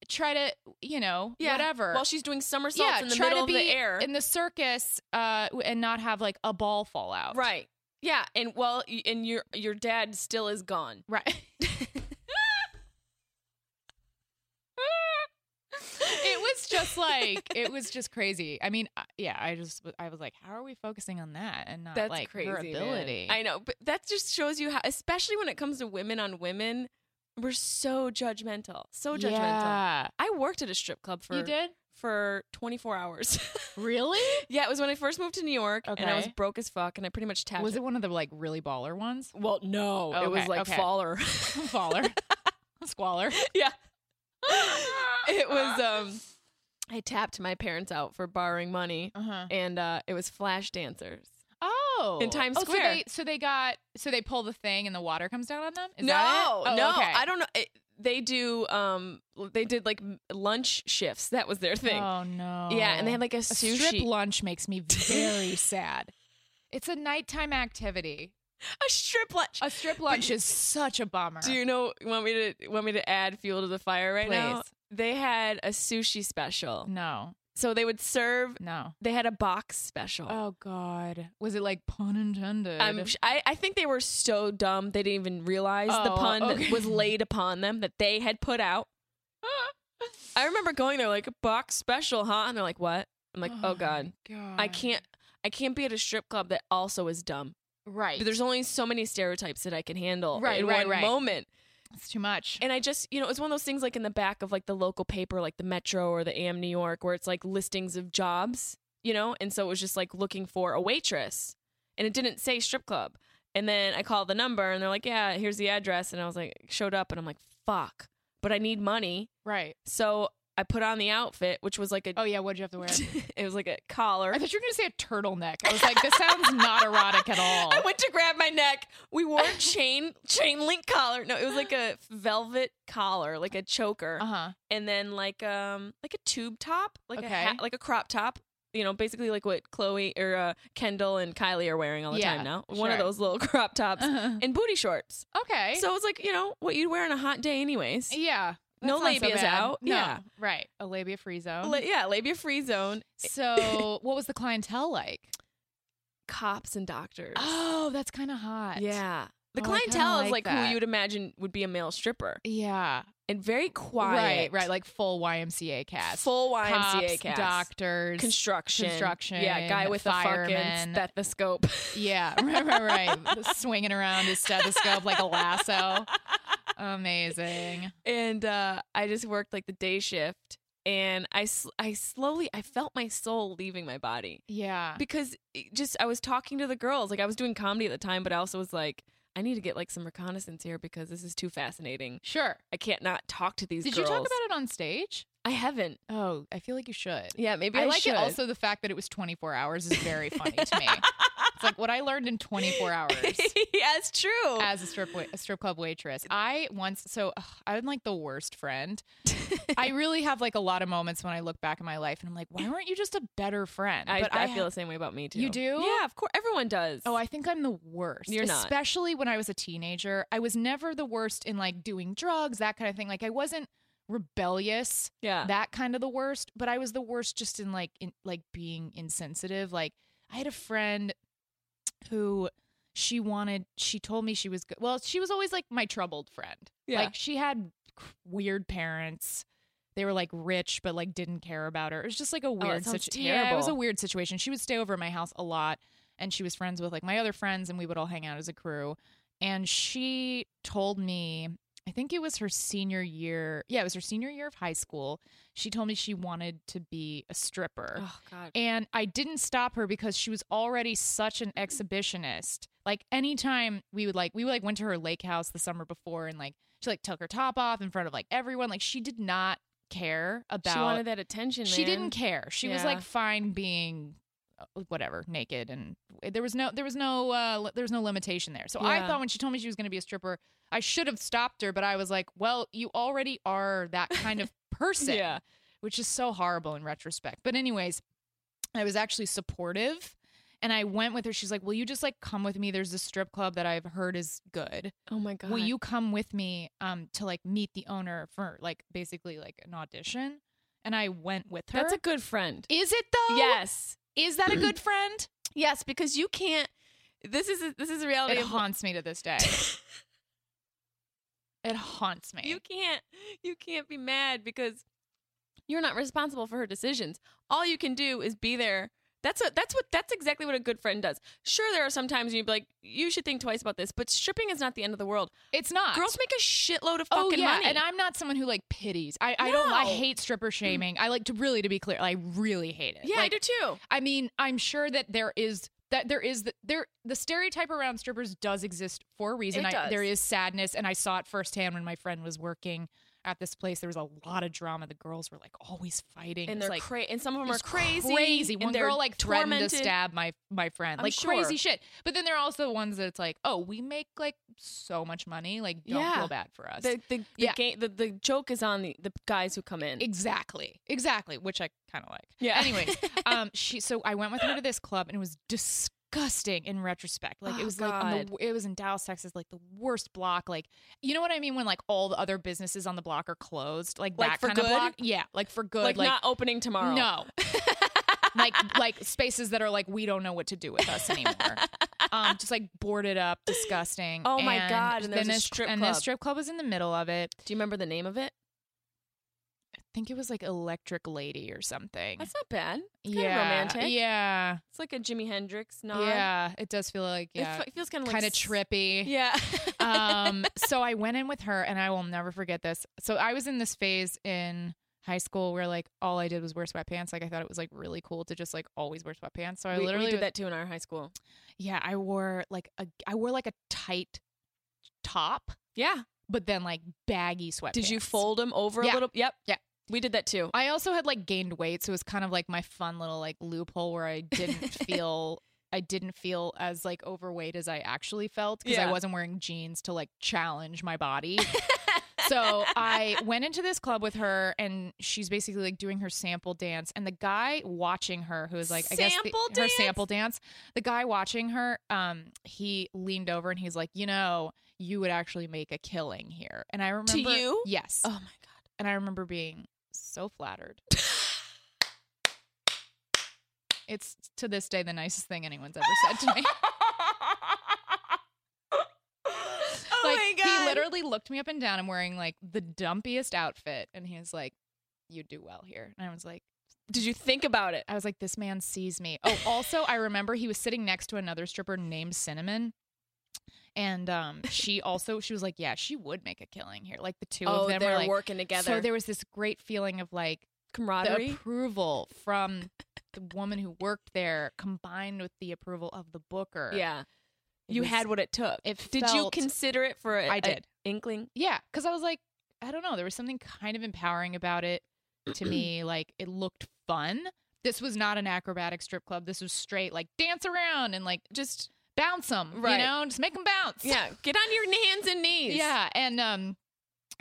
S2: try to you know
S1: Yeah.
S2: whatever.
S1: while she's doing somersaults in the
S2: try
S1: middle
S2: to be
S1: of the air
S2: in the circus uh, and not have like a ball fall out.
S1: right yeah and well y- and your your dad still is gone
S2: Right. it was just like it was just crazy. I mean, I- yeah, I just w- I was like, how are we focusing on that and not
S1: that's
S2: like
S1: crazy
S2: her
S1: man.
S2: ability?
S1: i know but that just shows you how especially when it comes to women on women we're so judgmental so judgmental
S2: Yeah.
S1: i worked at a strip club for
S2: You did
S1: for 24 hours.
S2: really?
S1: yeah, it was when I first moved to New York and I was
S2: Okay.
S1: broke as fuck and I pretty much tapped
S2: Was
S1: it.
S2: it one of the like really baller ones?
S1: Well, no, it was
S2: Okay,
S1: like
S2: okay.
S1: faller.
S2: Baller, squalor.
S1: yeah. it was um I tapped my parents out for borrowing money
S2: Uh huh.
S1: and uh it was flash dancers.
S2: Oh,
S1: In Times
S2: Oh, so
S1: Square.
S2: they, so they got so they pull the thing and the water comes down on them. Is
S1: no,
S2: that it? Oh,
S1: no.
S2: okay.
S1: I don't know. It, they do um they did like m- lunch shifts. That was their thing.
S2: Oh no.
S1: Yeah, and they had like a
S2: A
S1: sushi
S2: strip lunch makes me very sad. It's a nighttime activity.
S1: a strip lunch.
S2: A strip lunch is such a bummer.
S1: Do you know? Want me to want me to add fuel to the fire right now?
S2: Please. Mm.
S1: They had a sushi special,
S2: No,
S1: so they would serve.
S2: no.
S1: They had a box special.
S2: Oh God, was it like pun intended?
S1: I'm sh- I, I think they were so dumb they didn't even realize the
S2: Oh,
S1: pun
S2: okay.
S1: that was laid upon them that they had put out. I remember going there like a box special, huh? And they're like, "What?" I'm like, "Oh God,
S2: God,
S1: I can't." I can't be at a strip club that also is dumb.
S2: Right,
S1: But there's only so many stereotypes that I can handle
S2: Right,
S1: in
S2: right,
S1: one
S2: right.
S1: moment.
S2: it's too much.
S1: And I just, you know, it's one of those things like in the back of like the local paper, like the Metro or the AM New York, where it's like listings of jobs, you know? And so it was just like looking for a waitress and it didn't say strip club. And then I called the number and they're like, yeah, here's the address. And I was like, showed up and I'm like, fuck, but I need money.
S2: right.
S1: So I put on the outfit, which was like a,
S2: Oh yeah, what'd you have to wear?
S1: it was like a collar.
S2: I thought you were gonna say a turtleneck. I was like, this sounds not erotic at all.
S1: I went to grab my neck. We wore a chain, chain link collar. No, it was like a velvet collar, like a choker.
S2: Uh huh.
S1: and then like um like a tube top, like a
S2: Okay.
S1: hat, like a crop top. You know, basically like what Chloe or uh, Kendall and Kylie are wearing all the
S2: Yeah,
S1: time now. One of
S2: sure.
S1: those little crop tops
S2: Uh-huh.
S1: and booty shorts.
S2: Okay.
S1: So it's like you know what you'd wear on a hot day, anyways.
S2: yeah,
S1: no
S2: That's not so
S1: labias
S2: bad.
S1: out.
S2: No,
S1: Yeah.
S2: right. A labia free zone.
S1: La- yeah, labia free zone.
S2: so, what was the clientele like?
S1: Cops and doctors.
S2: Oh, that's kind of hot.
S1: yeah. The
S2: Oh, I kinda
S1: clientele
S2: like
S1: is like
S2: that.
S1: who you would imagine would be a male stripper
S2: yeah.
S1: and very quiet.
S2: Right, right. Like full YMCA cast.
S1: full YMCA
S2: Cops,
S1: cast.
S2: Doctors.
S1: construction,
S2: construction,
S1: Yeah, guy with the
S2: firemen.
S1: fucking stethoscope.
S2: yeah, right, right, right. Swinging around his stethoscope like a lasso. Amazing.
S1: and uh, I just worked like the day shift, and I sl- I slowly I felt my soul leaving my body
S2: Yeah.
S1: because it just I was talking to the girls like I was doing comedy at the time, but I also was like I need to get like some reconnaissance here because this is too fascinating.
S2: Sure.
S1: I can't not talk to these.
S2: Did you
S1: girls.
S2: talk about it on stage?
S1: I haven't.
S2: Oh, I feel like you should.
S1: Yeah, maybe I,
S2: I like
S1: should.
S2: it also the fact that it was 24 hours is very funny to me. It's like what I learned in 24 hours.
S1: yeah, it's true.
S2: As a strip wa- a strip club waitress, I once so ugh, I'm like the worst friend. I really have like a lot of moments when I look back in my life and I'm like, why weren't you just a better friend?
S1: I, I,
S2: ha-
S1: feel the same way about me too.
S2: You do?
S1: Yeah, of course. Everyone does.
S2: Oh, I think I'm the worst.
S1: You're not.
S2: Especially when I was a teenager. I was never the worst in like doing drugs, that kind of thing. Like I wasn't rebellious,
S1: yeah.
S2: that kind of the worst, but I was the worst just in like in like being insensitive. Like I had a friend who she wanted she told me she was good. Well, she was always like my troubled friend.
S1: yeah.
S2: Like she had weird parents. They were like rich, but like didn't care about her. It was just like a weird
S1: Oh, sounds
S2: situation. Yeah, it was a
S1: terrible.
S2: weird situation. She would stay over at my house a lot, and she was friends with like my other friends, and we would all hang out as a crew. And she told me, I think it was her senior year. Yeah, it was her senior year of high school. She told me she wanted to be a stripper.
S1: oh God.
S2: And I didn't stop her because she was already such an exhibitionist. Like anytime we would like we would like went to her lake house the summer before and like she like took her top off in front of like everyone. Like she did not care about
S1: she wanted that attention.
S2: she
S1: man.
S2: didn't care. She was like
S1: Yeah.
S2: fine being uh, whatever naked and there was no there was no uh li- there was no limitation there so i
S1: Yeah.
S2: thought when she told me she was going to be a stripper i should have stopped her but i was like well you already are that kind of person
S1: Yeah.
S2: which is so horrible in retrospect but anyways i was actually supportive and i went with her she's like will you just like come with me there's this strip club that i've heard is good
S1: Oh my God.
S2: will you come with me um to like meet the owner for like basically like an audition and i went with her
S1: That's a good friend.
S2: is it though
S1: Yes.
S2: is that a good friend
S1: Yes, because you can't. This is this is a reality.
S2: it
S1: Of,
S2: haunts me to this day it haunts me
S1: you can't you can't be mad because you're not responsible for her decisions. All you can do is be there. That's a, that's what that's exactly what a good friend does. Sure, there are some times you'd be like, you should think twice about this, but stripping is not the end of the world.
S2: it's not
S1: Girls make a shitload of
S2: Oh
S1: fucking
S2: yeah,
S1: money.
S2: and I'm not someone who like pities. I, I don't. I
S1: No.
S2: hate stripper shaming. I like to really, to be clear, I really hate it.
S1: yeah, I
S2: Like,
S1: do too.
S2: I mean, I'm sure that there is that there is the, there the stereotype around strippers does exist for a reason.
S1: It
S2: I,
S1: does.
S2: There is sadness, and I saw it firsthand when my friend was working at this place. There was a lot of drama. The girls were like always fighting.
S1: And
S2: it's
S1: they're
S2: like
S1: cra- and some of them are
S2: it's
S1: crazy.
S2: crazy.
S1: and
S2: One
S1: they're
S2: girl like threatened to
S1: tormented.
S2: stab my my friend.
S1: I'm
S2: like
S1: sure.
S2: crazy shit. But then there are also ones that it's like, oh, we make like so much money. Like don't
S1: Yeah.
S2: feel bad for us.
S1: The the, the,
S2: Yeah.
S1: game, the the joke is on the, the guys who come in.
S2: Exactly. Exactly. Which I kind of like.
S1: Yeah.
S2: Anyways, um, she so I went with her to this club and it was disgusting in retrospect. Like it
S1: Oh,
S2: was like on the, it was in Dallas, Texas, like the worst block. Like you know what I mean when like all the other businesses on the block are closed, like,
S1: Like
S2: that
S1: for
S2: kind of
S1: good?
S2: block. Yeah, like for good.
S1: like, not opening tomorrow.
S2: no. like like spaces that are like we don't know what to do with us anymore. Um, just like boarded up, disgusting.
S1: Oh my
S2: And
S1: God, and there's
S2: then
S1: a
S2: this,
S1: strip
S2: and
S1: club.
S2: this strip club was in the middle of it.
S1: Do you remember the name of it?
S2: I think it was like Electric Lady or something.
S1: That's not bad. It's kind
S2: yeah,
S1: of romantic.
S2: Yeah,
S1: It's like a Jimi Hendrix nod.
S2: yeah. It does feel like
S1: It
S2: yeah,
S1: fe- It feels kind of like
S2: kind of
S1: s-
S2: trippy.
S1: Yeah.
S2: um, so I went in with her, and I will never forget this. So I was in this phase in high school where like all I did was wear sweatpants. Like I thought it was like really cool to just like always wear sweatpants. So I
S1: we, we
S2: literally
S1: did that too in our high school.
S2: Yeah, I wore like a I wore like a tight top,
S1: Yeah.
S2: but then like baggy sweatpants.
S1: Did you fold them over
S2: Yeah.
S1: a little? Yep.
S2: Yeah.
S1: We did that too.
S2: I also had like gained weight, so it was kind of like my fun little like loophole where I didn't feel I didn't feel as like overweight as I actually felt because I
S1: Yeah.
S2: wasn't wearing jeans to like challenge my body. so I went into this club with her and she's basically like doing her sample dance and the guy watching her who is like I guess the-
S1: Sample
S2: her
S1: dance?
S2: sample dance the guy watching her um he leaned over and he's like you know you would actually make a killing here and I remember
S1: you?
S2: yes
S1: Oh my God.
S2: And I remember being so flattered. it's to this day the nicest thing anyone's ever said to me.
S1: oh
S2: like
S1: my god!
S2: he literally looked me up and down. I'm wearing like the dumpiest outfit, and he was like, "You do well here." And I was like,
S1: Did you think about it?
S2: "I was like, this man sees me." Oh, also, I remember he was sitting next to another stripper named Cinnamon, and um, she also she was like, "Yeah, she would make a killing here." Like the two
S1: oh,
S2: of them
S1: they're
S2: were like
S1: working together.
S2: So there was this great feeling of like the
S1: camaraderie.
S2: approval from the woman who worked there, combined with the approval of the booker.
S1: Yeah,
S2: It
S1: you
S2: was-
S1: had what it took.
S2: It
S1: Did you
S2: felt-
S1: consider it for? a
S2: I
S1: a
S2: did.
S1: inkling.
S2: Yeah, because I was like, I don't know. There was something kind of empowering about it to me. Like it looked fun. This was not an acrobatic strip club. This was straight like dance around and like just bounce them.
S1: Right.
S2: You know, just make them bounce.
S1: Yeah, get on your hands and knees.
S2: Yeah, and um,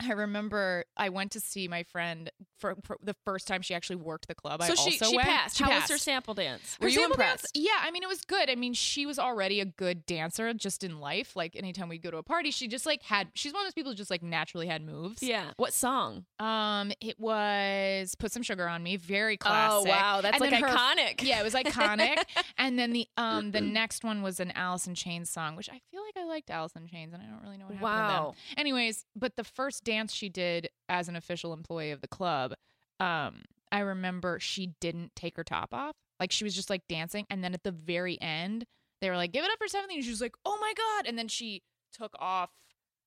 S2: I remember I went to see my friend for, for the first time she actually worked the club. I
S1: So she
S2: also
S1: she
S2: went.
S1: passed.
S2: She
S1: How
S2: passed.
S1: was her sample dance?
S2: Her
S1: Were you
S2: sample dance-
S1: impressed?
S2: yeah, I mean, it was good. I mean, she was already a good dancer just in life. Like anytime we'd go to a party, she just like had. She's one of those people who just like naturally had moves.
S1: Yeah. What song?
S2: Um, it was put some sugar on me. Very classic.
S1: Oh wow, that's
S2: And
S1: like
S2: then her-
S1: iconic.
S2: Yeah, it was iconic. and then the um the next one was an Alice in Chains song, which I feel like I liked Alice in Chains, and I don't really know what happened to them.
S1: Wow.
S2: Anyways, but the first dance she did as an official employee of the club, um, I remember she didn't take her top off. Like she was just like dancing, and then at the very end, they were like, "Give it up for something," and she was like, "Oh my god!" And then she took off.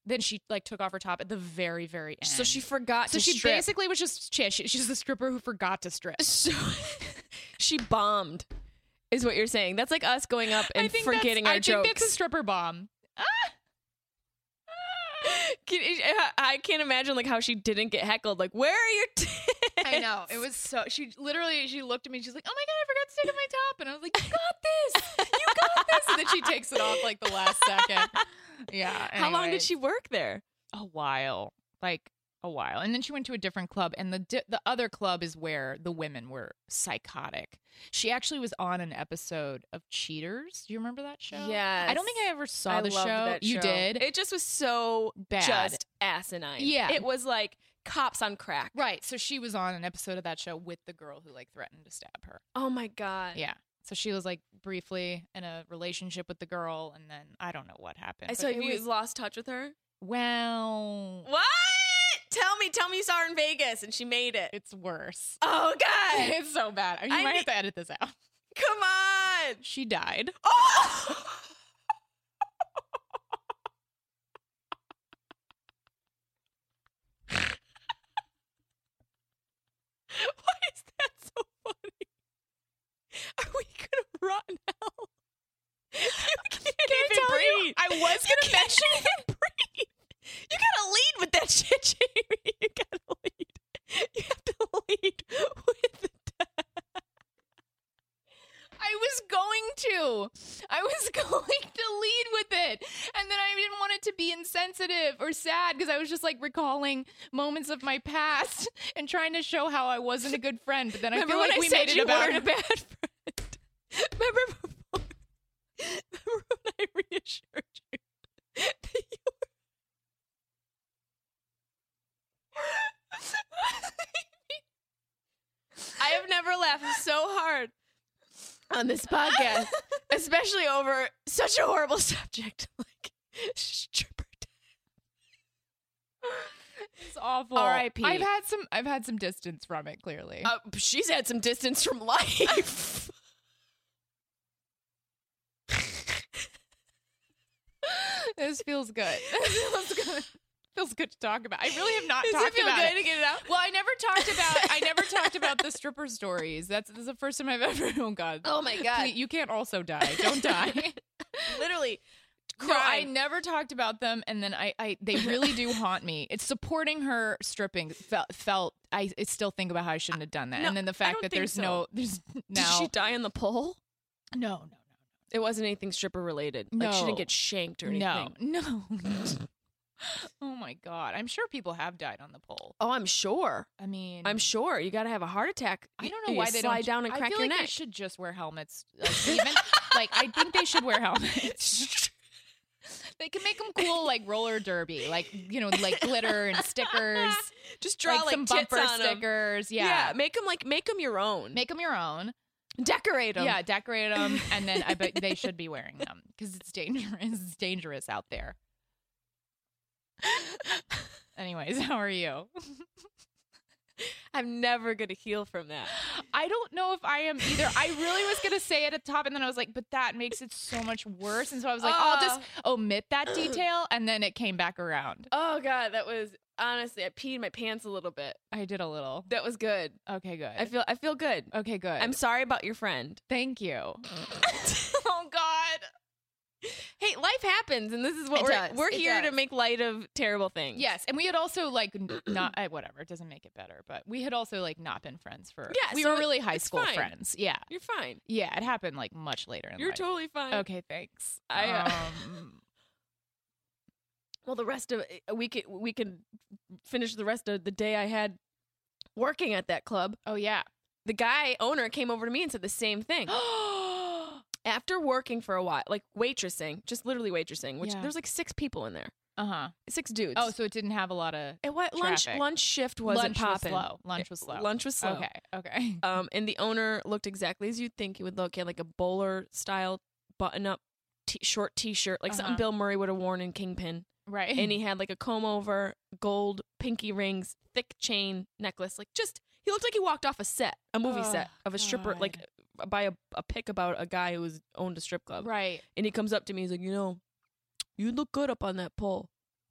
S2: Then she like took off her top at the very very end.
S1: So she forgot.
S2: so
S1: to
S2: she
S1: strip.
S2: basically was just she, she- she's the stripper who forgot to strip.
S1: So she bombed, is what you're saying. That's like us going up and
S2: I think that's-
S1: forgetting our
S2: I
S1: jokes.
S2: think that's a stripper bomb.
S1: Can- I- I can't imagine like how she didn't get heckled. Like, where are your? T-?
S2: I know. It was so she literally she looked at me and she's like, "Oh my god, I forgot to take off my top." And I was like, "You got this. You got this." And then she takes it off like the last second. Yeah.
S1: How long did
S2: anyways.
S1: she work there?
S2: A while. Like a while. And then she went to a different club and the di- the other club is where the women were psychotic. She actually was on an episode of Cheaters. Do you remember that show? I don't think I ever saw
S1: I
S2: the show.
S1: loved that
S2: You did.
S1: It just was so
S2: Bad.
S1: just asinine.
S2: Yeah.
S1: it was like cops on crack.
S2: Right. So she was on an episode of that show with the girl who like threatened to stab her.
S1: Oh my god.
S2: Yeah. So she was like briefly in a relationship with the girl and then I don't know what happened.
S1: I
S2: but
S1: saw
S2: it
S1: you
S2: was-
S1: lost touch with her.
S2: well
S1: What? Tell me, tell me you saw her in Vegas and she made it.
S2: it's worse.
S1: Oh god.
S2: it's so bad. You
S1: I
S2: might
S1: mean-
S2: have to edit this out.
S1: Come on.
S2: She died.
S1: Oh! Why is that so funny? Are we gonna rot in hell? You can't even
S2: tell you,
S1: breathe.
S2: I was
S1: You
S2: gonna
S1: can't even breathe. You gotta lead with that shit, Jamie. You gotta lead. You have to lead with the
S2: I was going to. I was going to lead with it. And then I didn't want it to be insensitive or sad because I was just like recalling moments of my past and trying to show how I wasn't a good friend. But then I
S1: Remember
S2: feel
S1: when
S2: like
S1: I
S2: we
S1: said
S2: made it
S1: you
S2: about
S1: weren't a bad friend? Remember before? Remember when I reassured you that you were? I have never laughed so hard on this podcast, especially over such a horrible subject like stripper.
S2: It's awful.
S1: R.I.P..
S2: I've had some I've had some distance from it clearly.
S1: Uh, she's had some distance from life.
S2: this feels good. feels good. Feels good to talk about. I really have not
S1: Does it
S2: talked
S1: feel
S2: about
S1: good
S2: it.
S1: to get it out?
S2: Well, I never talked about I never talked about the stripper stories. That's this is the first time I've ever Oh god.
S1: Oh my god!
S2: Please, you can't also die. Don't die.
S1: Literally,
S2: No, I
S1: crying.
S2: never talked about them, and then I, I they really do haunt me. It's supporting her stripping felt, felt I, I still think about how I shouldn't have done that,
S1: No,
S2: and then the
S1: I
S2: fact
S1: don't
S2: that
S1: think
S2: there's
S1: so.
S2: no there's now
S1: Did she die on the pole?
S2: no no
S1: It wasn't anything stripper related. Like she
S2: No.
S1: didn't get shanked or anything.
S2: no no no. oh my god, I'm sure people have died on the pole.
S1: Oh, I'm sure.
S2: I mean,
S1: I'm sure. You got to have a heart attack.
S2: Mm. I don't
S1: You
S2: know why
S1: slide
S2: they don't
S1: down and
S2: I
S1: crack
S2: feel
S1: your
S2: like They
S1: neck.
S2: should just wear helmets. Like, even, like I think they should wear helmets. They can make them cool like roller derby, like you know, like glitter and stickers,
S1: Just draw like,
S2: some
S1: tits
S2: bumper
S1: on 'em.
S2: stickers.
S1: Yeah.
S2: Yeah.
S1: make them like make them your own.
S2: Make them your own.
S1: Decorate them.
S2: Yeah, decorate them, and then I bet they should be wearing them because it's dangerous. It's dangerous out there. Anyways, how are you?
S1: I'm never gonna heal from that.
S2: I don't know if I am either. I really was gonna say it at the top, and then I was like, "But that makes it so much worse." And so I was like, "I'll just
S1: Uh.
S2: omit that detail," and then it came back around.
S1: Oh god, that was honestly I peed my pants a little bit.
S2: I did a little.
S1: That was good.
S2: Okay, good.
S1: I feel I feel good.
S2: okay, good.
S1: I'm sorry about your friend.
S2: Thank you.
S1: oh God. Hey, life happens, and this is what
S2: It
S1: we're
S2: does.
S1: we're
S2: It
S1: here
S2: does.
S1: to make light of terrible things.
S2: Yes, and we had also like n- not uh, whatever. It doesn't make it better, but we had also like not been friends for.
S1: Yeah,
S2: we
S1: so
S2: were really high
S1: it's
S2: school
S1: fine.
S2: friends. Yeah,
S1: you're fine.
S2: yeah. It happened like much later in
S1: You're
S2: life.
S1: totally fine.
S2: okay, thanks.
S1: I, uh,
S2: um,
S1: Well, the rest of eh, we can we can finish the rest of the day I had working at that club.
S2: oh yeah.
S1: The guy owner came over to me and said the same thing.
S2: uh
S1: After working for a while, like waitressing, just literally waitressing, which
S2: Yeah.
S1: there's like six people in there,
S2: huh.
S1: six dudes.
S2: Oh, so it didn't have a lot of
S1: and what lunch
S2: traffic.
S1: lunch shift was
S2: lunch
S1: it popping?
S2: was slow. Lunch was slow.
S1: Lunch was slow.
S2: Okay. Okay.
S1: Um, and the owner looked exactly as you'd think he would look. He had like a bowler style button up t- short t shirt, like something
S2: Uh-huh.
S1: Bill Murray would have worn in Kingpin.
S2: Right.
S1: and he had like a comb over, gold pinky rings, thick chain necklace. Like just, he looked like he walked off a set, a movie
S2: Oh,
S1: set of a stripper,
S2: God.
S1: like by a, a pic about a guy who was owned a strip club.
S2: right.
S1: And he comes up to me, he's like, you know, you look good up on that pole.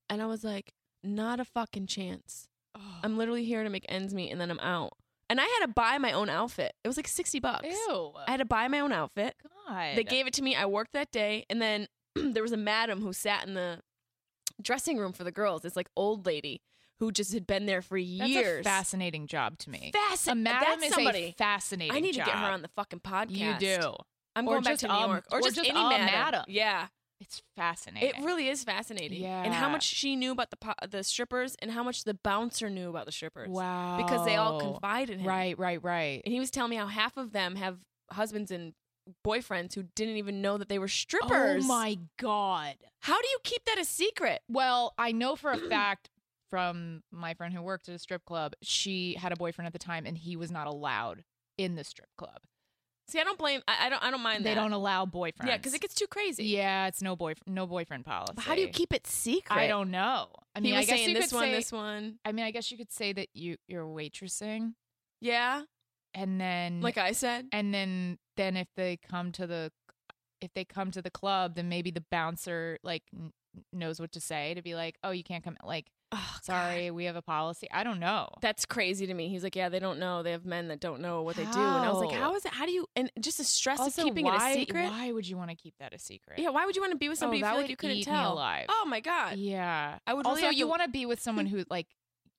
S1: And I was like, not a fucking chance.
S2: Oh,
S1: I'm literally here to make ends meet, and then I'm out. And I had to buy my own outfit. It was like sixty bucks.
S2: Ew.
S1: I had to buy my own outfit.
S2: God.
S1: They gave it to me. I worked that day, and then there was a madam who sat in the dressing room for the girls. This like old lady who just had been there for
S2: That's
S1: years.
S2: a fascinating job to me.
S1: Fasci-
S2: a madam
S1: that's
S2: is
S1: somebody.
S2: a fascinating.
S1: I need to get her
S2: job.
S1: on the fucking podcast.
S2: You do.
S1: I'm
S2: Or
S1: going back
S2: just
S1: to New
S2: a-
S1: York, or,
S2: or
S1: just,
S2: just
S1: any
S2: a
S1: madam.
S2: madam.
S1: Yeah,
S2: It's fascinating.
S1: it really is fascinating. And how
S2: Yeah.
S1: much she knew about the po- the strippers, and how much the bouncer knew about the strippers.
S2: wow
S1: Because they all confide in him.
S2: Right, right, right.
S1: And he was telling me how half of them have husbands and boyfriends who didn't even know that they were strippers.
S2: Oh my god.
S1: How do you keep that a secret?
S2: Well, I know for a fact from my friend who worked at a strip club, she had a boyfriend at the time, and he was not allowed in the strip club.
S1: See, I don't blame. I, I don't. I don't mind.
S2: They
S1: that.
S2: don't allow boyfriends.
S1: Yeah, because it gets too crazy.
S2: Yeah, it's no boyfriend, no boyfriend policy.
S1: But how do you keep it secret?
S2: I don't know. I mean,
S1: he was
S2: I guess
S1: saying
S2: you
S1: this
S2: could
S1: one,
S2: say.
S1: this one.
S2: I mean, I guess you could say that you you're waitressing,
S1: Yeah,
S2: and then
S1: like I said.
S2: and then then if they come to the if they come to the club, then maybe the bouncer like n- knows what to say to be like, oh, you can't come. Like,
S1: Oh,
S2: sorry, we have a policy. I don't know.
S1: that's crazy to me. He's like, yeah, they don't know. They have men that don't know what they do. And I was like,
S2: How?
S1: how is it? How do you? And just the stress
S2: also,
S1: of keeping
S2: why,
S1: it a secret.
S2: Why would you want to keep that a secret?
S1: Yeah, why would you want to be with somebody
S2: oh,
S1: you
S2: that
S1: feel
S2: would
S1: like you couldn't
S2: eat me
S1: tell?
S2: alive.
S1: Oh my god,
S2: yeah.
S1: I would.
S2: also,
S1: really have
S2: you
S1: to-
S2: want to be with someone who like,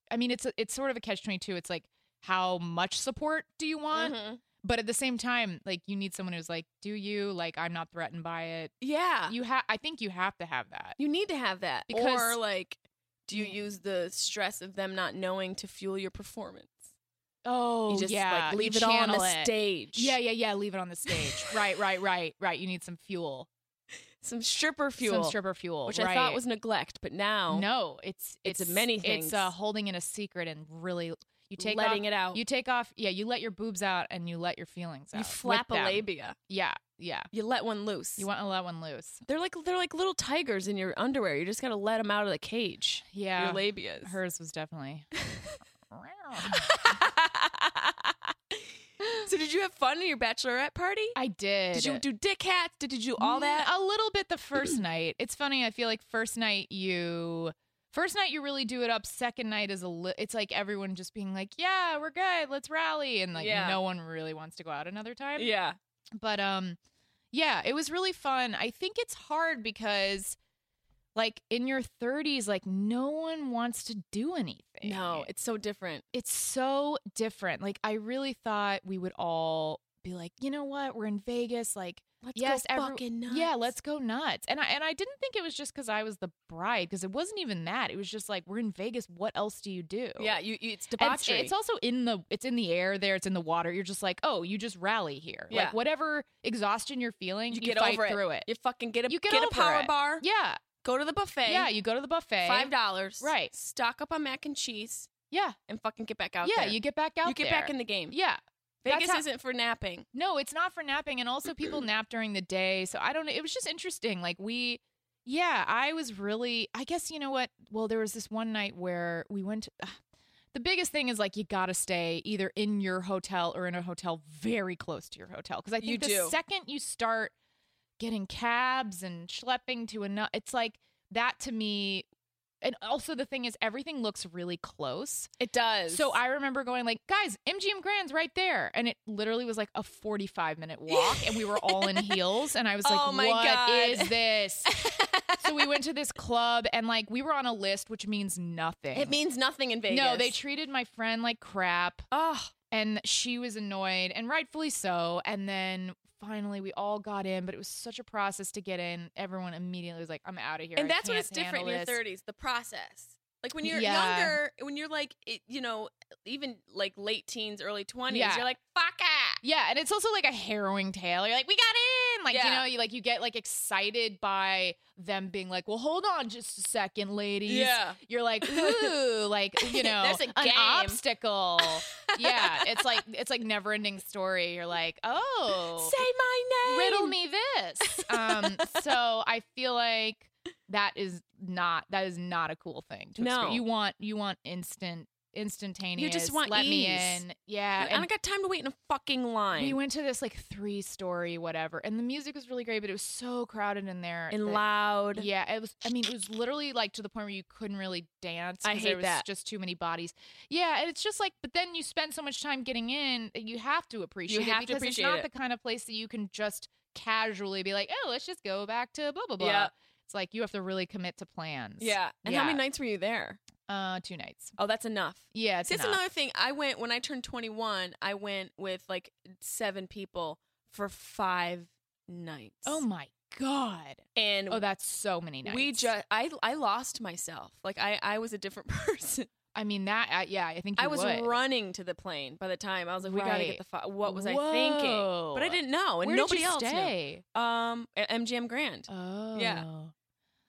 S2: I mean, it's a, it's sort of a catch twenty two. It's like, how much support do you want?
S1: Mhm.
S2: But at the same time, like, you need someone who's like, do you like? I'm not threatened by it.
S1: Yeah,
S2: You have. I think you have to have that.
S1: you need to have that.
S2: Because-
S1: or like, do you use the stress of them not knowing to fuel your performance?
S2: Oh,
S1: you just
S2: yeah.
S1: like
S2: you
S1: leave it all on
S2: channel
S1: the
S2: it.
S1: stage.
S2: Yeah, yeah, yeah. Leave it on the stage. right, right, right, right. You need some fuel,
S1: some stripper fuel.
S2: some stripper fuel,
S1: which I thought
S2: right.
S1: was neglect, but now
S2: no. It's
S1: It's
S2: it's,
S1: many
S2: It's
S1: things.
S2: uh, holding in a secret and really you take
S1: letting
S2: off,
S1: it out.
S2: You take off. Yeah, you let your boobs out and you let your feelings out.
S1: You
S2: with
S1: flap a
S2: them.
S1: labia.
S2: Yeah, yeah.
S1: You let one loose.
S2: You want to let one loose.
S1: they're like they're like little tigers in your underwear. You just gotta let them out of the cage.
S2: Yeah.
S1: Your labias.
S2: Hers was definitely.
S1: so did you have fun in your bachelorette party?
S2: I did.
S1: Did you do dick hats? Did, did you do all that?
S2: Mm, A little bit the first night. It's funny. I feel like first night you. First night you really do it up. Second night is a li- it's like everyone just being like, "Yeah, we're good. Let's rally." And like
S1: Yeah.
S2: no one really wants to go out another time.
S1: yeah.
S2: But um yeah, it was really fun. I think it's hard because like in your 30s like no one wants to do anything.
S1: No, it's so different.
S2: it's so different. Like I really thought we would all be like, "You know what? We're in Vegas. Like
S1: Let's
S2: Yes,
S1: go
S2: every-
S1: fucking nuts.
S2: yeah, let's go nuts. And I and I didn't think it was just because I was the bride because it wasn't even that. It was just like we're in Vegas. What else do you do?
S1: Yeah, you, you it's
S2: And it's,
S1: debauchery.
S2: it's also in the it's in the air there. It's in the water. You're just like oh, you just rally here.
S1: Yeah.
S2: Like whatever exhaustion you're feeling,
S1: you,
S2: you,
S1: get
S2: fight
S1: over it.
S2: through it.
S1: You fucking get a
S2: You get
S1: get a
S2: over
S1: power
S2: it.
S1: bar.
S2: Yeah,
S1: Go to the buffet.
S2: Yeah, you go to the buffet.
S1: Five dollars.
S2: Right.
S1: Stock up on mac and cheese
S2: Yeah,
S1: and fucking get back out
S2: yeah.
S1: there.
S2: You get back out.
S1: you get
S2: there.
S1: back in the game.
S2: Yeah. That's
S1: Vegas
S2: how-
S1: isn't for napping.
S2: No, it's not for napping. And also, people nap during the day. So I don't know. It was just interesting. Like, we, yeah, I was really, I guess, you know what? Well, there was this one night where we went. To, ugh. the biggest thing is like you got to stay either in your hotel or in a hotel very close to your hotel. Cause I think
S1: You
S2: the
S1: do.
S2: second you start getting cabs and schlepping to another, it's like that to me. And also, the thing is, everything looks really close.
S1: It does.
S2: So I remember going like, guys, MGM Grand's right there, and it literally was like a forty-five minute walk, and we were all in heels, and I was like,
S1: Oh my
S2: "What
S1: God."
S2: is this?" so we went to this club, and like we were on a list, which means nothing.
S1: it means nothing in Vegas.
S2: no. They treated my friend like crap,
S1: oh,
S2: and she was annoyed, and rightfully so. And then finally, we all got in, but it was such a process to get in. Everyone immediately was like, "I'm out of here."
S1: and
S2: I
S1: that's when
S2: can't
S1: it's different in
S2: handle
S1: your
S2: this."
S1: thirties. The process, like when you're
S2: Yeah.
S1: younger, when you're like, it, you know, even like late teens, early twenties,
S2: Yeah.
S1: you're like, fuck it.
S2: Yeah, and it's also like a harrowing tale. You're like, we got in, like you
S1: Yeah.
S2: know, you like you get like excited by them being like, well, hold on just a second, ladies. you're like, ooh, like you know,
S1: There's a
S2: an
S1: game.
S2: obstacle. yeah, it's like it's like never ending story. You're like, oh,
S1: Say my name.
S2: riddle me this. Um, so I feel like that is not that is not a cool thing. To
S1: No.
S2: experience. you want you want instant instantaneous.
S1: want
S2: let me
S1: ease.
S2: in. Yeah,
S1: I
S2: and-
S1: don't got time to wait in a fucking line.
S2: we went to this like three story whatever, and the music was really great, but it was so crowded in there.
S1: and
S2: that-
S1: loud.
S2: Yeah, it was. I mean, it was literally like to the point where you couldn't really dance.
S1: I
S2: 'cause
S1: hate
S2: there was
S1: that.
S2: Just too many bodies. Yeah, and it's just like, but then you spend so much time getting in, that you have to appreciate
S1: have
S2: it
S1: to
S2: because
S1: appreciate
S2: it's not
S1: it.
S2: the kind of place that you can just casually be like, oh, let's just go back to blah blah blah.
S1: Yeah.
S2: It's like you have to really commit to plans.
S1: Yeah. And how many
S2: Yeah.
S1: nights were you there?
S2: Uh, two nights.
S1: Oh, that's enough.
S2: Yeah, it's
S1: See, that's
S2: enough.
S1: another thing. I went when I turned 21. I went with like seven people for five nights.
S2: Oh my god.
S1: and
S2: Oh, that's so many nights.
S1: we just I I lost myself. Like I I was a different person.
S2: I mean that. I, yeah, I think you
S1: I was
S2: would.
S1: running to the plane by the time I was like, we gotta
S2: Right.
S1: get the fu- what was I thinking?
S2: Whoa.
S1: But I didn't know, and
S2: Where
S1: nobody
S2: did you
S1: else knew.
S2: stay?
S1: Um, at MGM Grand.
S2: Oh,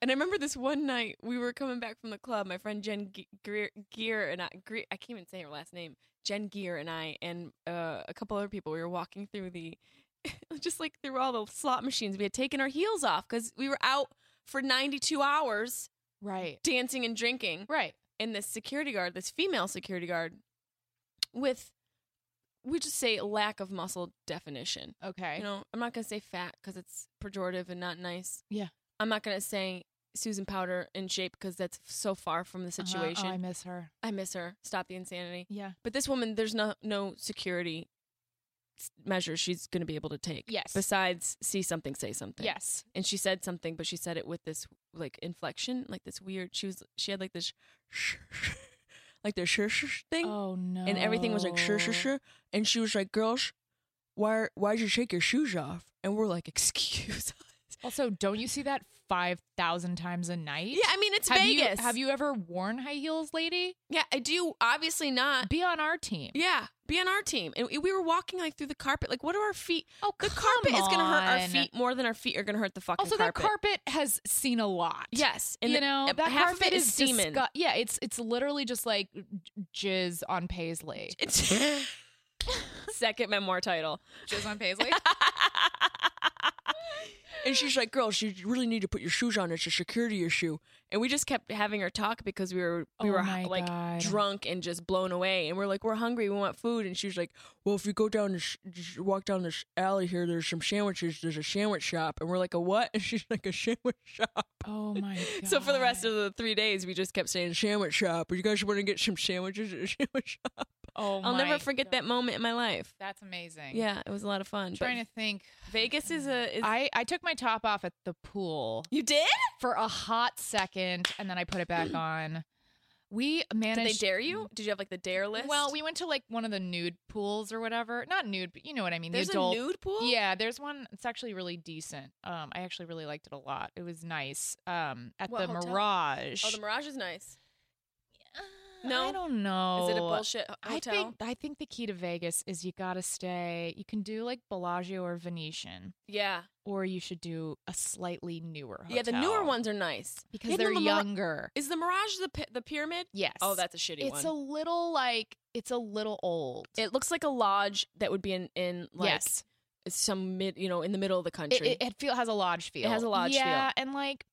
S1: And I remember this one night we were coming back from the club. My friend Jen Ge- Greer, Gear and I, Greer, I can't even say her last name. Jen Gear and I, and uh, a couple other people, we were walking through the, just like through all the slot machines. We had taken our heels off because we were out for 92 hours
S2: right,
S1: dancing and drinking.
S2: right.
S1: And this security guard, this female security guard, with, we just say lack of muscle definition.
S2: Okay,
S1: You know, I'm not gonna say fat because it's pejorative and not nice.
S2: Yeah.
S1: I'm not gonna say Susan Powder in shape because that's so far from the
S2: Uh-huh. Oh,
S1: situation.
S2: I miss her.
S1: I miss her. Stop the insanity.
S2: Yeah.
S1: But this woman, there's no no security s- measures she's gonna be able to take.
S2: Yes.
S1: Besides, see something, say something.
S2: Yes.
S1: And she said something, but she said it with this like inflection, like this weird. She was she had like this, sh- sh- like the sh- sh- sh- thing
S2: Oh no.
S1: and everything was like sure sure sure and she was like girls why why'd you take your shoes off and we're like excuse us
S2: Also, don't you see that five thousand times a night?
S1: yeah i mean it's
S2: Have you,
S1: vegas
S2: have you ever worn high heels, lady?
S1: yeah i do obviously not
S2: Be on our team.
S1: yeah be on our team and we were walking like through the carpet like what are our feet
S2: Oh,
S1: the
S2: come
S1: carpet is gonna hurt our
S2: on.
S1: feet more than our feet are gonna hurt the fucking
S2: Also,
S1: carpet
S2: that carpet has seen a lot.
S1: yes and
S2: you
S1: the-
S2: know
S1: uh,
S2: that
S1: half
S2: carpet
S1: of it is, semen
S2: disgu- yeah, it's it's literally just like jizz on paisley.
S1: It's- second memoir title
S2: Jizz on paisley.
S1: And she's like, "Girls, you really need to put your shoes on. It's a security issue." And we just kept having her talk because we were we
S2: Oh
S1: were
S2: my
S1: like
S2: God.
S1: drunk and just blown away. And we're like, "We're hungry. We want food." And she was like, "Well, if you go down this, just walk down this alley here, there's some sandwiches. There's a sandwich shop." And we're like, "A what?" And she's like, "A sandwich shop."
S2: oh my god.
S1: So for the rest of the three days, we just kept saying sandwich shop. Or you guys want to get some sandwiches at a sandwich shop?
S2: oh
S1: I'll
S2: my
S1: never forget
S2: God.
S1: that moment in my life.
S2: That's amazing.
S1: Yeah, it was a lot of fun.
S2: I'm
S1: But
S2: trying to think.
S1: Vegas is a is,
S2: I, I took my top off at the pool
S1: you did?
S2: for a hot second and then I put it back on. We
S1: Did they Mm.
S2: managed
S1: dare you? Did you have like the dare list?
S2: Well, we went to like one of the nude pools or whatever. Not nude, but you know what I mean.
S1: There's
S2: the adult
S1: a nude pool.
S2: Yeah, there's one. It's actually really decent. Um, I actually really liked it a lot. It was nice. Um, at
S1: What
S2: the
S1: hotel?
S2: Mirage.
S1: Oh, the Mirage is nice.
S2: Uh,
S1: No.
S2: I don't know.
S1: Is it a bullshit hotel?
S2: I think I think the key to Vegas is you gotta stay. You can do like Bellagio or Venetian,
S1: yeah.
S2: or you should do a slightly newer hotel.
S1: Yeah, the newer ones are nice.
S2: because
S1: Yeah, no,
S2: they're
S1: the Mira-
S2: younger.
S1: Is the Mirage the pi- the pyramid?
S2: yes.
S1: Oh, that's a shitty
S2: it's
S1: one.
S2: a little like it's a little old.
S1: it looks like a lodge that would be in in like
S2: yes,
S1: some mid, you know, in the middle of the
S2: it,
S1: country.
S2: it, it feel has a lodge feel.
S1: has a lodge
S2: yeah,
S1: feel.
S2: and like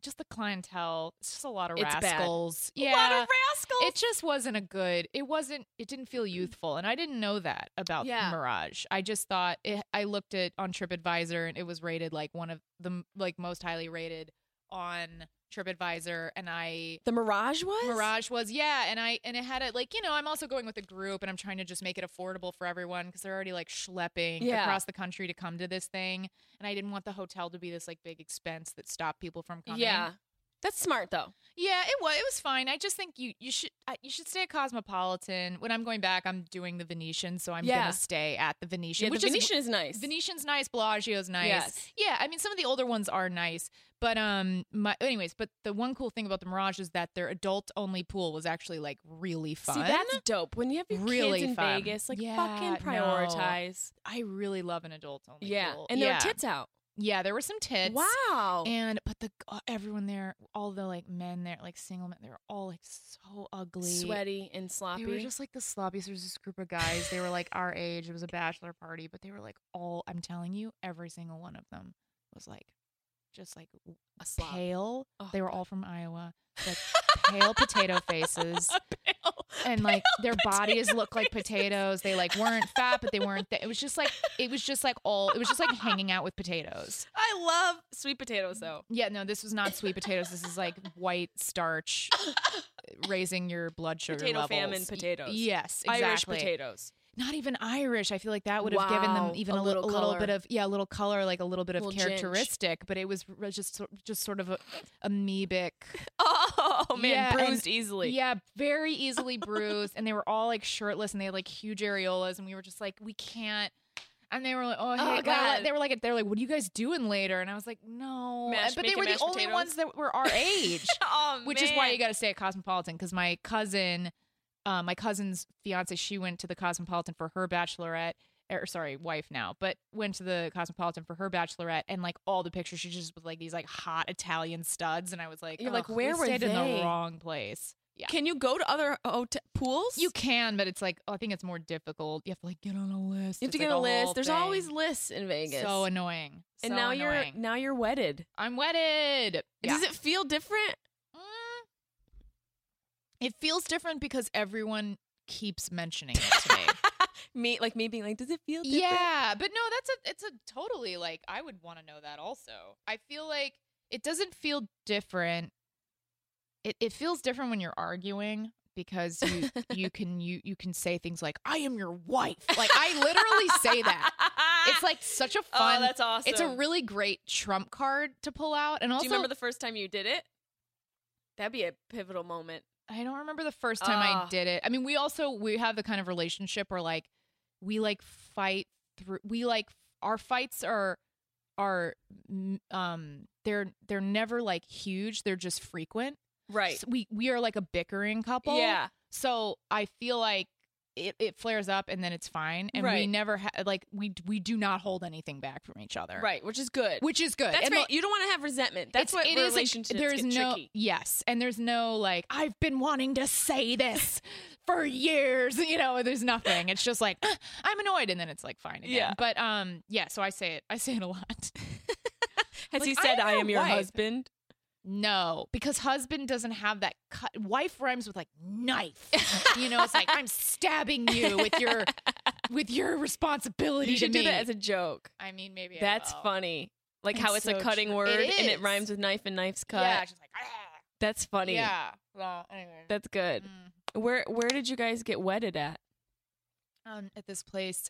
S2: just the clientele. It's just a lot of
S1: It's bad.
S2: rascals.
S1: A
S2: Yeah,
S1: lot of rascals.
S2: it just wasn't a good it wasn't it didn't feel youthful and i didn't know that about
S1: Mm-hmm. Yeah.
S2: mirage i just thought it, i looked at on tripadvisor and it was rated like one of the m- like most highly rated on tripadvisor and i
S1: the Mirage was
S2: mirage was yeah and i and it had it like you know i'm also going with a group and i'm trying to just make it affordable for everyone because they're already like schlepping
S1: Yeah.
S2: across the country to come to this thing and i didn't want the hotel to be this like big expense that stopped people from coming
S1: Yeah, Oh, that's smart though.
S2: yeah, it was. It was fine. I just think you you should I- you should stay at Cosmopolitan. When I'm going back, I'm doing the Venetian, so I'm
S1: Yeah.
S2: gonna stay at the Venetian,
S1: Yeah,
S2: which
S1: the Venetian is, nice.
S2: is Venetian's nice, Bellagio's nice.
S1: Yes.
S2: Yeah, I mean some of the older ones are nice, but um, my anyways, but the one cool thing about the Mirage is that their adult only pool was actually like really fun.
S1: See, that's dope. When you have your
S2: Really
S1: kids in
S2: fun.
S1: Vegas, like
S2: Yeah, no.
S1: fucking prioritize.
S2: I really love an adult only.
S1: Yeah,
S2: pool.
S1: and there
S2: yeah.
S1: were tits out.
S2: Yeah, there were some tits.
S1: wow.
S2: And but the uh, everyone there, all the like men there, like single men, they were all like so ugly,
S1: Sweaty and
S2: They were
S1: sloppy.
S2: just like the sloppiest. There was this group of guys. They were like our age. It was a bachelor party, but they were like all. I'm telling you, every single one of them was like, just like
S1: a slop.
S2: pale.
S1: Oh,
S2: They were all from Iowa. Like pale potato faces,
S1: Pale.
S2: and like their
S1: Pale
S2: bodies
S1: potato
S2: looked like
S1: faces.
S2: potatoes. They like weren't fat, but they weren't. Th- it was just like it was just like all. It was just like hanging out with potatoes.
S1: I love sweet potatoes though.
S2: Yeah, no, this was not sweet potatoes. This is like white starch, raising your blood sugar
S1: Potato
S2: levels.
S1: famine
S2: Y-
S1: potatoes.
S2: Yes,
S1: Irish
S2: exactly
S1: potatoes.
S2: not even Irish. I feel like that would have given
S1: Wow,
S2: them even
S1: a
S2: a, li-
S1: little
S2: a little
S1: color.
S2: bit of yeah, a little color, like a little bit of
S1: Little ginge.
S2: characteristic. But it was r- just so- just sort of a, amoebic,
S1: Oh man,
S2: Yeah, and-
S1: bruised easily.
S2: yeah, very easily bruised, and they were all like shirtless and they had like huge areolas, and we were just like, we can't. And they were like, oh, hey, well,
S1: God.
S2: they were like, they're like, what are you guys doing later? And I was like, no.
S1: Mash-
S2: but they
S1: making
S2: were the
S1: mashed
S2: only
S1: potatoes?
S2: ones that were our age
S1: Oh,
S2: which is why you
S1: got
S2: got to stay at Cosmopolitan because my cousin, uh, my cousin's fiance, she went to the Cosmopolitan for her bachelorette. Or, sorry, wife now, but went to the Cosmopolitan for her bachelorette, and like all the pictures, she just was like these like hot Italian studs, and I was like,
S1: You're like,
S2: "Ugh,
S1: where
S2: we
S1: were
S2: stayed in the
S1: they?"
S2: wrong place? Yeah,
S1: Can you go to other hot- pools?
S2: you can, but it's like oh, I think it's more difficult. You have to like get on a list.
S1: You have to
S2: It's,
S1: get
S2: like,
S1: a list.
S2: whole
S1: There's
S2: thing.
S1: always lists in Vegas.
S2: so annoying.
S1: and
S2: So
S1: now
S2: annoying.
S1: you're now you're wedded.
S2: I'm wedded. Yeah.
S1: Does it feel different?
S2: Mm. It feels different because everyone keeps mentioning it to me.
S1: me like me being like, does it feel different?
S2: yeah, but no, that's a it's a totally like I would want to know that also. I feel like it doesn't feel different. It it feels different when you're arguing because you you can you you can say things like I am your wife. Like I literally say that. It's like such a fun
S1: oh, that's awesome.
S2: It's a really great trump card to pull out and also
S1: Do you remember the first time you did it? That'd be a pivotal moment.
S2: I don't remember the first time I
S1: Ah.
S2: did it. I mean, we also we have the kind of relationship where like we like fight through. We like our fights are are mm, um they're they're never like huge. They're just frequent.
S1: Right.
S2: So we we are like a bickering couple.
S1: Yeah.
S2: So I feel like. It, it flares up and then it's fine and we
S1: Right.
S2: never ha- like we we do not hold anything back from each other
S1: Right, which is good.
S2: which is good
S1: that's
S2: and
S1: right. You don't want to have resentment. That's what
S2: it's- it is, like,
S1: relationships
S2: there's
S1: get
S2: no
S1: tricky.
S2: yes and there's no like i've been wanting to say this for years you know there's nothing it's just like "Ah, i'm annoyed and then it's like fine again.
S1: Yeah.
S2: but um yeah so i say it i say it a lot
S1: Has
S2: Like,
S1: he said,
S2: I'm
S1: "I
S2: your
S1: am your
S2: wife.
S1: husband"?
S2: no because husband doesn't have that cut wife rhymes with like knife you know it's like i'm stabbing you with your with your responsibility
S1: You should
S2: to
S1: do
S2: me.
S1: that as a joke.
S2: i mean maybe I
S1: That's
S2: will.
S1: funny. Like
S2: It's
S1: how it's
S2: so
S1: a cutting
S2: true.
S1: word
S2: It
S1: and
S2: is.
S1: it rhymes with knife and knife's cut.
S2: yeah just like "Ah."
S1: That's funny.
S2: yeah well anyway
S1: That's good.
S2: Mm.
S1: Where where did you guys get wedded at?
S2: um at this place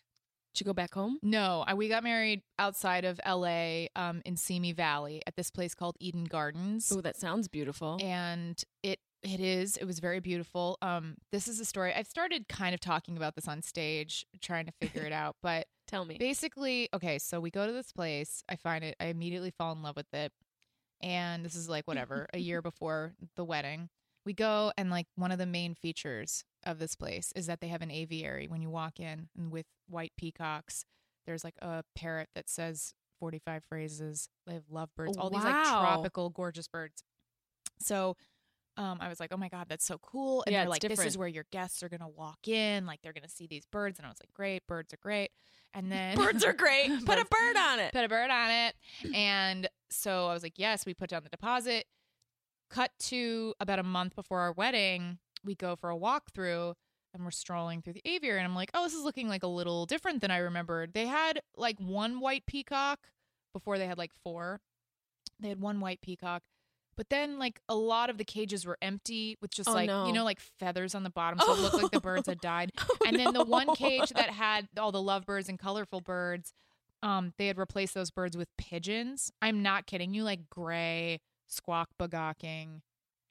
S1: Did you go back home?
S2: No, I, we got married outside of LA um, in Simi Valley at this place called Eden Gardens.
S1: Oh, that sounds beautiful.
S2: And it it is. It was very beautiful. Um, this is a story. I've started kind of talking about this on stage, trying to figure it out. But
S1: Tell me.
S2: basically, okay, so we go to this place. I find it. I immediately fall in love with it. And this is like whatever a year before the wedding. we go and like one of the main features of this place is that they have an aviary when you walk in and with white peacocks there's like a parrot that says 45 phrases they have lovebirds all these like
S1: Wow.
S2: tropical gorgeous birds so um, I was like, oh my God, that's so cool. And
S1: Yeah,
S2: they're
S1: it's
S2: like, this is
S1: different.
S2: where your guests are going to walk in. Like, they're going to see these birds. And I was like, great, birds are great. And then
S1: Birds are great. Put a
S2: Birds-
S1: bird on it.
S2: Put a bird on it. And so I was like, yes, we put down the deposit. Cut to about a month before our wedding, we go for a walkthrough and we're strolling through the aviary. And I'm like, oh, this is looking like a little different than I remembered. They had like one white peacock before they had like four. They had one white peacock. But then, like a lot of the cages were empty with just
S1: Oh,
S2: like
S1: no.
S2: you know, like feathers on the bottom, so it looked like the birds had died and then the one cage that had all the lovebirds and colorful birds um they had replaced those birds with pigeons i'm not kidding you like gray squawk bagawking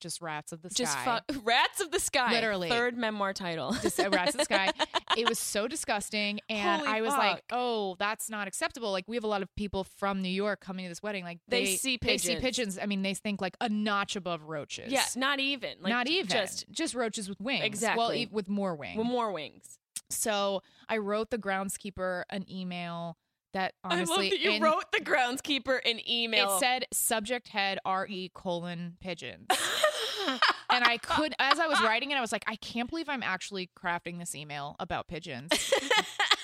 S2: just rats of the
S1: just
S2: sky
S1: fu- rats of the sky.
S2: Literally.
S1: third memoir title.
S2: Just, uh, rats of the sky it was so disgusting and
S1: Holy
S2: i was like
S1: fuck.
S2: oh that's not acceptable like we have a lot of people from new york coming to this wedding like
S1: They see
S2: they see
S1: pigeons.
S2: pigeons i mean they think like a notch above roaches
S1: yeah, not even. Like,
S2: not even
S1: Just
S2: just just roaches with wings well
S1: Exactly.
S2: e- with more wings
S1: with more wings.
S2: So I wrote the groundskeeper an email that honestly
S1: I love that you
S2: in-
S1: wrote the groundskeeper an email.
S2: it said subject head re colon pigeons. and I could as I was writing it, I was like, I can't believe I'm actually crafting this email about pigeons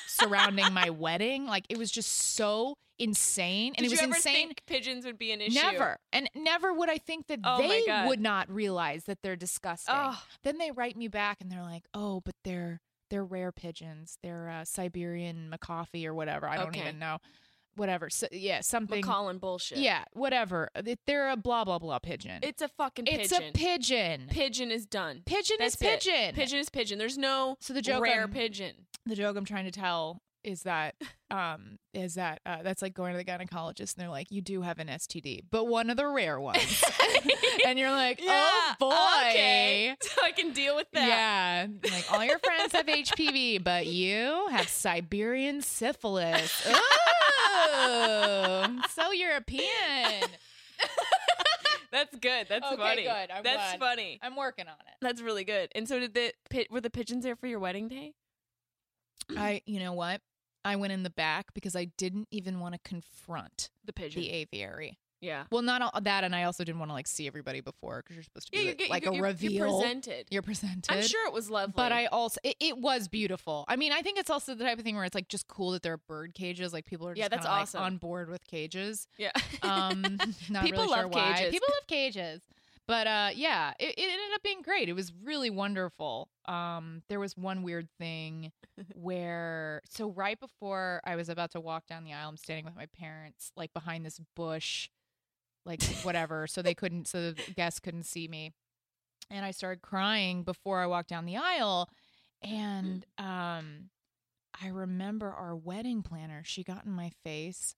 S2: surrounding my wedding. Like it was just so insane. And
S1: Did
S2: it was
S1: you ever
S2: insane.
S1: think pigeons would be an issue?
S2: Never. And never would I think that
S1: Oh my
S2: they
S1: God.
S2: would not realize that they're disgusting.
S1: Oh,
S2: then they write me back and they're like, "Oh, but they're they're rare pigeons. They're uh, Siberian McCoffee or whatever. I don't
S1: Okay.
S2: even know. Whatever. So, yeah, something.
S1: McCollin bullshit.
S2: Yeah, whatever. Th- They're a blah blah blah pigeon.
S1: It's a fucking
S2: It's
S1: pigeon.
S2: a pigeon.
S1: pigeon is done.
S2: pigeon
S1: That's
S2: is
S1: it.
S2: pigeon.
S1: Pigeon is pigeon. There's no
S2: So the joke
S1: rare
S2: I'm-
S1: pigeon.
S2: The joke I'm trying to tell is that um is that uh, that's like going to the gynecologist and they're like, "You do have an STD, but one of the rare ones." and you're like, "Oh boy."
S1: Okay. So I can deal with that.
S2: Yeah. Like all your friends have HPV, but you have Siberian syphilis. Ooh, so European.
S1: That's good. That's
S2: Okay,
S1: funny.
S2: good. I'm
S1: That's
S2: glad.
S1: funny.
S2: I'm working on it.
S1: That's really good. And so did the pi- were the pigeons there for your wedding day?
S2: I, you know what? I went in the back because I didn't even want to confront
S1: The pigeon.
S2: the aviary.
S1: yeah.
S2: Well, not all that, and I also didn't want to like see everybody before because you're supposed to
S1: Yeah,
S2: be
S1: you
S2: like,
S1: get
S2: like
S1: you,
S2: a
S1: you-
S2: reveal.
S1: You presented.
S2: You're presented.
S1: I'm sure it was lovely.
S2: But I also it, it was beautiful. I mean, I think it's also the type of thing where it's like just cool that there are bird cages. Like people are just
S1: Yeah, that's
S2: kinda, like,
S1: awesome.
S2: on board with cages.
S1: yeah.
S2: Um, not
S1: People
S2: really sure
S1: love
S2: why.
S1: cages.
S2: People love cages. But uh, yeah, it, it ended up being great. It was really wonderful. Um, there was one weird thing where so right before I was about to walk down the aisle, I'm standing with my parents, like behind this bush, like whatever, so they couldn't, so the guests couldn't see me, and I started crying before I walked down the aisle, and
S1: Mm.
S2: um, I remember our wedding planner. She got in my face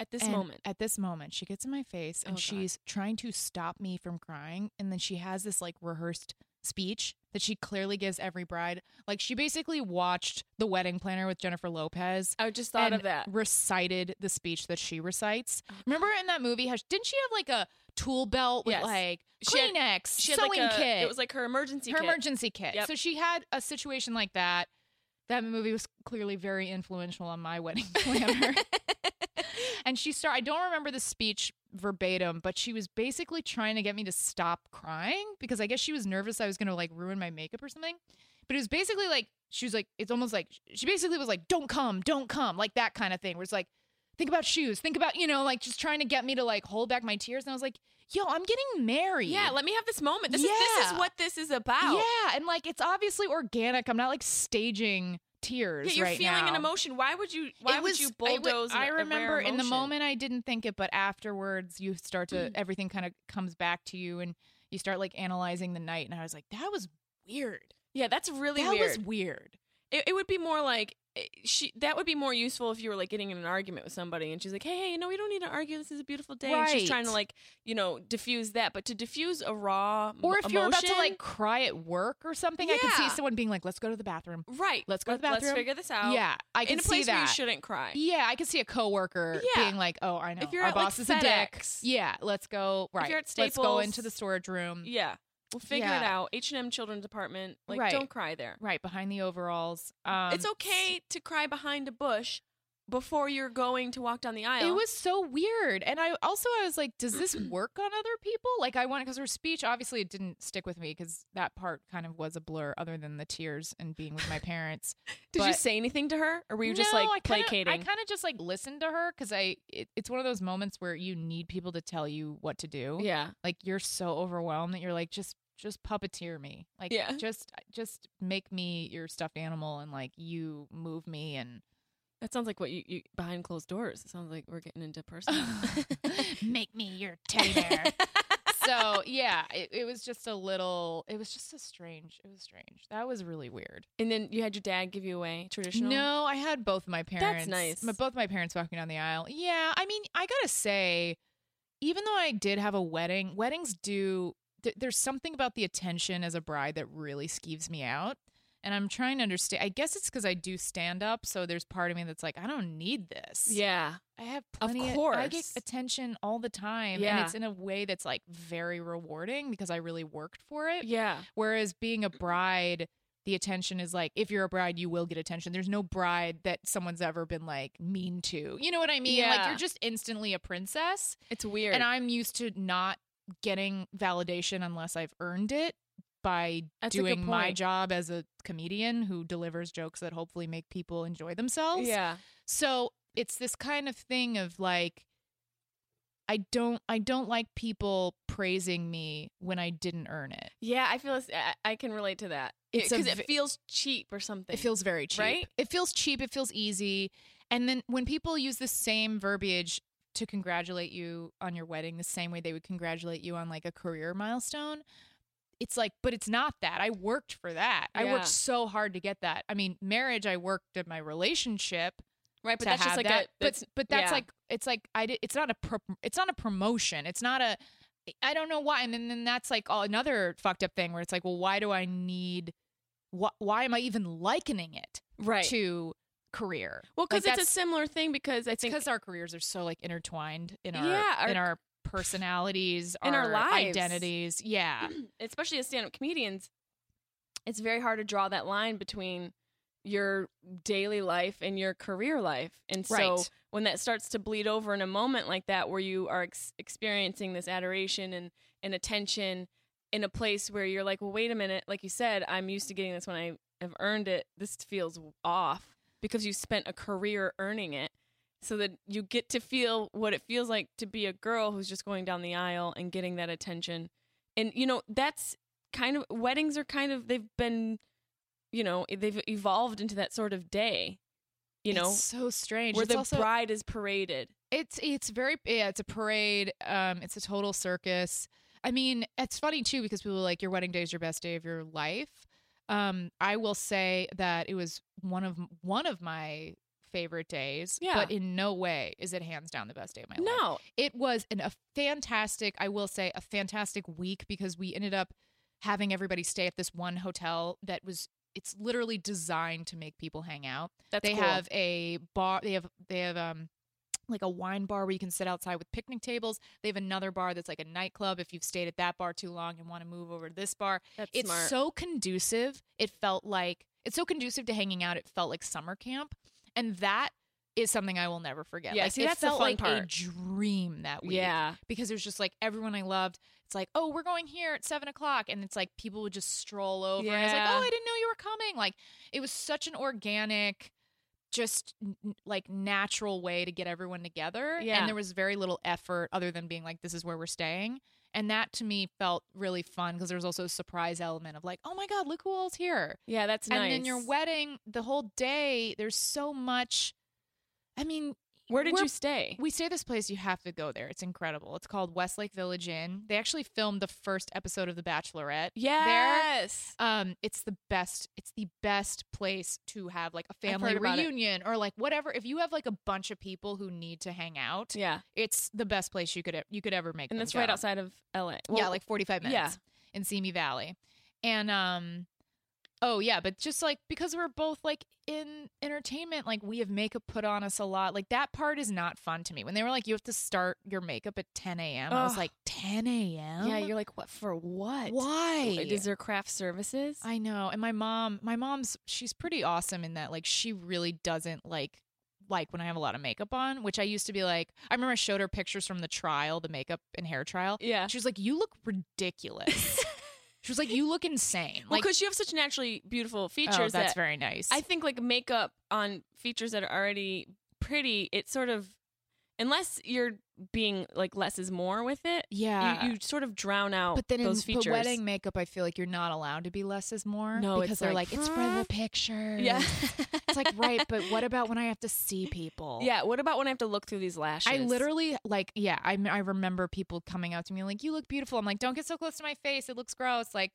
S1: at this
S2: and
S1: moment.
S2: At this moment, she gets in my face and
S1: Oh, God.
S2: she's trying to stop me from crying. And then she has this like rehearsed speech that she clearly gives every bride. Like she basically watched The Wedding Planner with Jennifer Lopez.
S1: I just thought of
S2: and
S1: that.
S2: Recited the speech that she recites.
S1: Uh Oh,
S2: Remember in that movie, how didn't she have like a tool belt with
S1: Yes.
S2: like
S1: She had-
S2: Kleenex,
S1: She had
S2: sewing
S1: like a,
S2: kit?
S1: It was like her emergency
S2: her
S1: kit.
S2: emergency kit.
S1: Yep.
S2: So she had a situation like that. That movie was clearly very influential on my wedding planner. and she started, I don't remember the speech verbatim, but she was basically trying to get me to stop crying because I guess she was nervous I was going to like ruin my makeup or something. But it was basically like, she was like, it's almost like, she basically was like, don't come, don't come, like that kind of thing, where it's like, think about shoes, think about, you know, like just trying to get me to like hold back my tears. And I was like, yo, I'm getting married.
S1: Yeah, let me have this moment. This is this
S2: Yeah.
S1: is what this is about.
S2: Yeah, and like it's obviously organic. I'm not like staging tears.
S1: Yeah, you're
S2: right
S1: feeling an
S2: now.
S1: emotion. Why would you? Why
S2: It
S1: would
S2: was-
S1: you
S2: I w-
S1: bulldoze?
S2: I,
S1: a- a rare
S2: remember in the
S1: emotion? Mm.
S2: moment I didn't think it, but afterwards you start to everything kind of comes back to you, and you start like analyzing the night. And I was like, that was weird.
S1: Yeah, that's really
S2: that
S1: weird.
S2: was weird.
S1: it, it would be more like eh, she that would be more useful if you were like getting in an argument with somebody and she's like hey hey no we don't need to argue this is a beautiful day and she's trying to
S2: Right.
S1: like you know diffuse that but to diffuse a raw m-
S2: Or if you're about to
S1: emotion-
S2: like cry at work or something, I could see
S1: Yeah.
S2: someone being like, "Let's go to the bathroom."
S1: right
S2: Let's go to the
S1: let's
S2: bathroom.
S1: figure this out
S2: yeah, I can
S1: in a
S2: see
S1: place
S2: that.
S1: where you shouldn't cry
S2: yeah, I could see a coworker
S1: Yeah.
S2: being like, "Oh, I know.
S1: you're
S2: Our
S1: at, like,
S2: boss is a dick."
S1: FedEx.
S2: Yeah, let's go. Right.
S1: you're at
S2: let's go
S1: Staples.
S2: into the storage room.
S1: yeah We'll figure it
S2: Yeah.
S1: out. H&M Children's Department. Like,
S2: Right.
S1: don't cry there.
S2: Right behind the overalls. Um,
S1: it's okay to cry behind a bush before you're going to walk down the aisle.
S2: It was so weird. And I also I was like, does this work on other people? Like I wanted because her speech obviously it didn't stick with me because that part kind of was a blur other than the tears and being with my parents.
S1: Did you
S2: but-
S1: say anything to her, or were you just
S2: No,
S1: like
S2: I kinda,
S1: placating?
S2: I kind of just like listened to her because I it, it's one of those moments where you need people to tell you what to do.
S1: yeah,
S2: Like you're so overwhelmed that you're like just just puppeteer me. Like
S1: Yeah.
S2: just just make me your stuffed animal and like you move me and
S1: that sounds like what you, you behind closed doors. It sounds like we're getting into personal.
S2: Make me your teddy bear. so yeah, it, it was just a little. It was just a strange. It was strange. That was really weird.
S1: and then you had your dad give you away traditional.
S2: No, I had both my parents.
S1: nice.
S2: My, both my parents walking down the aisle. Yeah, I mean, I gotta say, even though I did have a wedding, weddings do. Th- there's something about the attention as a bride that really skeeves me out. And I'm trying to understand. I guess it's because I do stand up, so there's part of me that's like, I don't need this.
S1: Yeah.
S2: I have
S1: Of
S2: plenty. I get
S1: course.
S2: attention all the time,
S1: Yeah.
S2: and it's in a way that's like very rewarding because I really worked for it.
S1: Yeah.
S2: Whereas being a
S1: Mm-hmm.
S2: bride, the attention is like, if you're a bride, you will get attention. There's no bride that someone's ever been like mean to. You know what I mean? Like
S1: Yeah.
S2: you're just instantly a princess,
S1: It's weird.
S2: and I'm used to not getting validation unless I've earned it by
S1: That's a good
S2: doing my
S1: point.
S2: job as a comedian who delivers jokes that hopefully make people enjoy themselves.
S1: yeah.
S2: So it's this kind of thing of like I don't I don't like people praising me when I didn't earn it.
S1: Yeah, I feel this, I, I can relate to that
S2: It's a
S1: because it
S2: ve-
S1: feels cheap or something.
S2: It feels very cheap.
S1: Right?
S2: It feels cheap, it feels easy. And then when people use the same verbiage to congratulate you on your wedding the same way they would congratulate you on like a career milestone, it's like but it's not that. I worked for that. I
S1: Yeah.
S2: worked so hard to get that. I mean, marriage I worked at my relationship
S1: right, but
S2: to
S1: that's just
S2: have
S1: like
S2: that.
S1: a that's
S2: but but
S1: yeah.
S2: that's like it's like I did, it's not a pro, it's not a promotion. It's not a I don't know why. And then, then that's like all, another fucked up thing where it's like, well, why do I need? Wh- why am I even likening it
S1: right.
S2: to career?
S1: well, because
S2: like
S1: it's a
S2: that's-
S1: similar thing because I think
S2: Because our careers are so like intertwined in our,
S1: Yeah, our-
S2: in our personalities,
S1: in our lives.
S2: identities. Yeah,
S1: especially as stand-up comedians, it's very hard to draw that line between your daily life and your career life. And so
S2: Right.
S1: when that starts to bleed over in a moment like that where you are ex- experiencing this adoration and, and attention in a place where you're like, well, wait a minute. Like you said, I'm used to getting this when I have earned it. This feels off because you spent a career earning it. So that you get to feel what it feels like to be a girl who's just going down the aisle and getting that attention and you know that's kind of weddings are kind of they've been you know eh, they've evolved into that sort of day you know
S2: It's so strange.
S1: where
S2: it's
S1: the
S2: also,
S1: bride is paraded
S2: It's it's very yeah, it's a parade. Um, it's a total circus. I mean, it's funny too because people are like your wedding day is your best day of your life. Um, I will say that it was one of one of my favorite days.
S1: Yeah.
S2: But in no way is it hands down the best day of my life
S1: no
S2: it was an, a fantastic i will say a fantastic week because we ended up having everybody stay at this one hotel that was it's literally designed to make people hang out
S1: That's
S2: they
S1: cool.
S2: have a bar they have they have um like a wine bar where you can sit outside with picnic tables they have another bar that's like a nightclub if you've stayed at that bar too long and want to move over to this bar
S1: that's
S2: it's
S1: smart
S2: so conducive. It felt like it's so conducive to hanging out. It felt like summer camp, and that is something I will never forget.
S1: Yeah,
S2: like,
S1: see,
S2: it
S1: that's the
S2: felt
S1: fun
S2: like a
S1: part.
S2: dream that week.
S1: yeah
S2: because it was just like everyone I loved. It's like, oh, we're going here at seven o'clock, and it's like people would just stroll over. And I was like,
S1: Yeah.
S2: oh, I didn't know you were coming. Like it was such an organic. Just n- like natural way to get everyone together,
S1: Yeah.
S2: and there was very little effort other than being like, "This is where we're staying." And that to me felt really fun because there was also a surprise element of like, oh my God, look who all's here.
S1: yeah that's nice
S2: And then your wedding, the whole day, there's so much. I mean,
S1: where did
S2: we're-
S1: you stay
S2: we stay at this place, you have to go there. It's incredible. It's called Westlake Village Inn. They actually filmed the first episode of The Bachelorette.
S1: yes
S2: Um, it's the best. It's the best place to have like a family
S1: heard about it.
S2: reunion or like whatever. If you have like a bunch of people who need to hang out,
S1: yeah
S2: it's the best place you could e- you could ever make.
S1: and
S2: them
S1: that's right
S2: go
S1: outside of la
S2: yeah,
S1: Well,
S2: like 45 minutes
S1: yeah.
S2: in Simi Valley. And um Oh yeah, but just like because we're both like in entertainment, like we have makeup put on us a lot. Like that part is not fun to me. When they were like, you have to start your makeup at 10 a.m. I was
S1: Ugh.
S2: like, 10 a.m.
S1: yeah, you're like, what for what?
S2: why?
S1: Is there craft services?
S2: I know. And my mom, my mom's, she's pretty awesome in that. Like, she really doesn't like like when I have a lot of makeup on, which I used to be like. I remember I showed her pictures from the trial, the makeup and hair trial.
S1: yeah.
S2: She was like, "You look ridiculous." she was like, "You look insane."
S1: Well,
S2: Like,
S1: because you have such naturally beautiful features
S2: oh,
S1: that
S2: that's very nice.
S1: I think like makeup on features that are already pretty, it sort of unless you're being like less is more with it,
S2: yeah.
S1: you, you sort of drown out
S2: but then in
S1: those
S2: but
S1: features.
S2: wedding makeup, I feel like you're not allowed to be less is more.
S1: No,
S2: because
S1: it's
S2: they're
S1: like,
S2: like, it's for the picture.
S1: yeah.
S2: it's like right, but what about when I have to see people?
S1: yeah, what about when I have to look through these lashes?
S2: I literally like yeah. I I remember people coming up to me like, "You look beautiful." I'm like, "Don't get so close to my face. It looks gross." Like,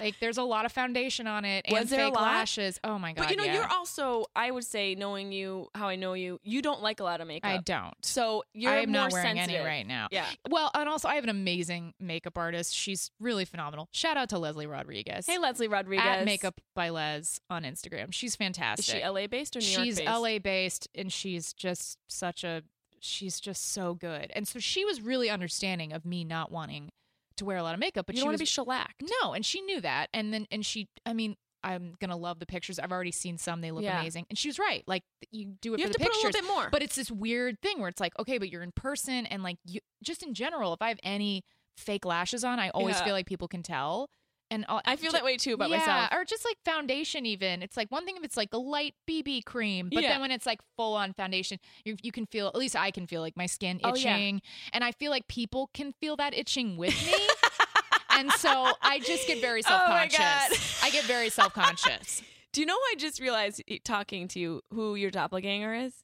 S2: like there's a lot of foundation on it
S1: Was
S2: and
S1: there a
S2: fake
S1: lot?
S2: lashes. Oh my god!
S1: But you know,
S2: yeah.
S1: you're also I would say knowing you how I know you, you don't like a lot of makeup.
S2: I don't.
S1: So you're
S2: I'm
S1: more
S2: not wearing
S1: sensitive.
S2: any right now.
S1: Yeah.
S2: Well, and also I have an amazing makeup artist. She's really phenomenal. Shout out to Leslie Rodriguez.
S1: Hey, Leslie Rodriguez.
S2: at Makeup by Les on Instagram. She's
S1: Is
S2: fantastic.
S1: she LA based or New York
S2: she's
S1: based?
S2: LA based and she's just such a she's just so good. And so she was really understanding of me not wanting to wear a lot of makeup, but
S1: you
S2: she
S1: don't want
S2: was
S1: to be shellacked.
S2: no, and she knew that. And then and she I mean I'm gonna love the pictures. I've already seen some. They look
S1: Yeah.
S2: amazing. And she was right. Like you do it
S1: You
S2: for
S1: have to
S2: the pictures.
S1: put a little bit more.
S2: But it's this weird thing where it's like, okay, but you're in person and like you just in general, if I have any fake lashes on, I always
S1: Yeah.
S2: feel like people can tell. And I'll-
S1: I feel
S2: ju-
S1: that way too about
S2: yeah,
S1: myself.
S2: or just like foundation. Even it's like one thing if it's like a light BB cream, but
S1: Yeah.
S2: then when it's like full on foundation, you you can feel at least I can feel like my skin
S1: Oh, yeah.
S2: itching, and I feel like people can feel that itching with me, and so I just get
S1: Oh
S2: very self conscious. I get very self conscious.
S1: Do you know I just realized eh, talking to you who your doppelganger is?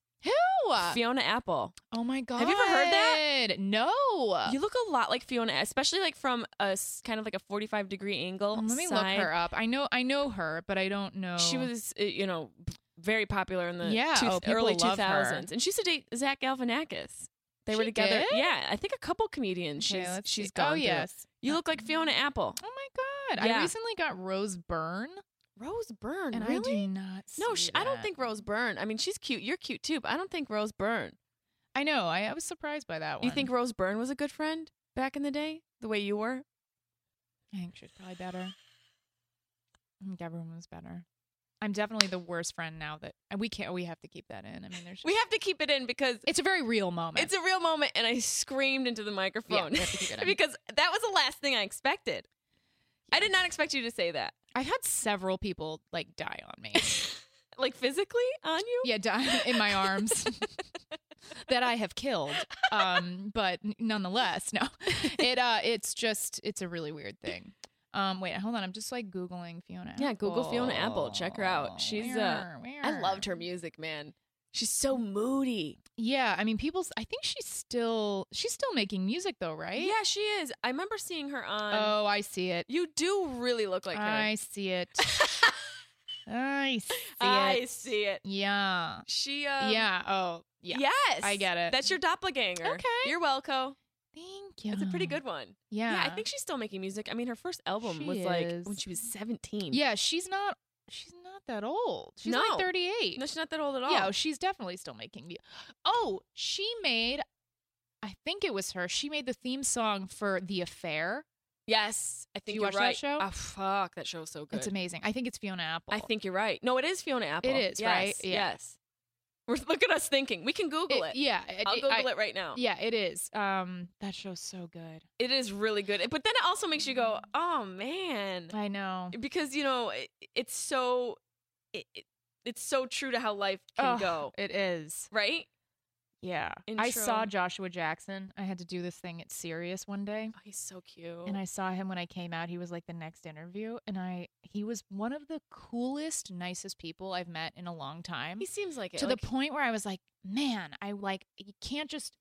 S2: Uh,
S1: Fiona Apple.
S2: oh my god!
S1: Have you ever heard that?
S2: No. uh.
S1: You look a lot like Fiona, especially like from a s- kind of like a 45 degree angle.
S2: Um, let me
S1: side.
S2: look her up. I know I know her, but I don't know.
S1: She was, eh, you know, b- very popular in the
S2: Yeah,
S1: two-
S2: oh, people
S1: early
S2: love her.
S1: 2000s. And she used to date Zach Galifianakis. They were
S2: She
S1: together.
S2: did?
S1: Yeah, I think a couple comedians
S2: Okay,
S1: she's
S2: let's
S1: she's
S2: see.
S1: gone
S2: Oh
S1: through.
S2: yes.
S1: You look like Fiona Apple.
S2: Oh my god!
S1: Yeah.
S2: I recently got Rose Byrne,
S1: Rose Byrne,
S2: and
S1: really?
S2: I do not.
S1: no,
S2: see
S1: sh I don't
S2: that.
S1: think Rose Byrne. I mean, she's cute. You're cute too, but I don't think Rose Byrne.
S2: I know. I, I was surprised by that one.
S1: You think Rose Byrne was a good friend back in the day, the way you were?
S2: I think she's probably better. I think everyone was better. I'm definitely the worst friend now that and we can't. We have to keep that in. I mean, there's. Just,
S1: We have to keep it in because
S2: it's a very real moment.
S1: it's a real moment, and I screamed into the
S2: yeah,
S1: microphone
S2: we have to keep it in.
S1: because that was the last thing I expected. I did not expect you to say that,
S2: I've had several people like die on me.
S1: like physically on you.
S2: yeah, die in my arms that I have killed. Um, but nonetheless, no. It uh, it's just it's a really weird thing. Um, wait, hold on. I'm just like googling Fiona.
S1: Yeah, Google Fiona Apple. Check her out. She's, uh,
S2: Where?
S1: I loved her music, man. She's so moody.
S2: Yeah, I mean, people's. I think she's still she's still making music though, right?
S1: Yeah, she is. I remember seeing her on.
S2: Oh, I see it.
S1: You do really look like her.
S2: I see it. I see
S1: I
S2: it.
S1: see it.
S2: Yeah.
S1: She. Um,
S2: yeah. Oh, yeah.
S1: Yes.
S2: I get it.
S1: That's your doppelganger.
S2: Okay.
S1: You're welcome.
S2: Thank you.
S1: It's a pretty good one.
S2: Yeah.
S1: Yeah. I think she's still making music. I mean, her first album
S2: She
S1: was like
S2: is.
S1: when she was 17.
S2: yeah, she's not. She's not that old. She's
S1: No.
S2: like 38.
S1: No, she's not that old at all.
S2: Yeah, oh, she's definitely still making music. Oh, she made. I think it was her. She made the theme song for The Affair.
S1: Yes. I think
S2: you
S1: are
S2: watch that
S1: right.
S2: show?
S1: Oh, fuck. That show's so good.
S2: It's amazing. I think it's Fiona Apple.
S1: I think you're right. No, it is Fiona Apple.
S2: is,
S1: Yes,
S2: right? Yeah.
S1: Yes. We're, look at us thinking. We can Google it.
S2: Yeah,
S1: I'll
S2: it-
S1: Google
S2: I-
S1: it right now.
S2: Yeah, it is. Um, that show's so good.
S1: It is really good. But then it also makes you go, oh, man.
S2: I know.
S1: Because, you know, it, it's so. It, it, it's so true to how life can
S2: Ugh,
S1: go,
S2: It is.
S1: right?
S2: Yeah. I saw
S1: Intro.
S2: Joshua Jackson. I had to do this thing at Sirius one day.
S1: Oh, he's so cute.
S2: And I saw him when I came out. He was like the next interview. And I he was one of the coolest, nicest people I've met in a long time.
S1: he seems like it.
S2: to
S1: like,
S2: the point where I was like, man, I like you can't just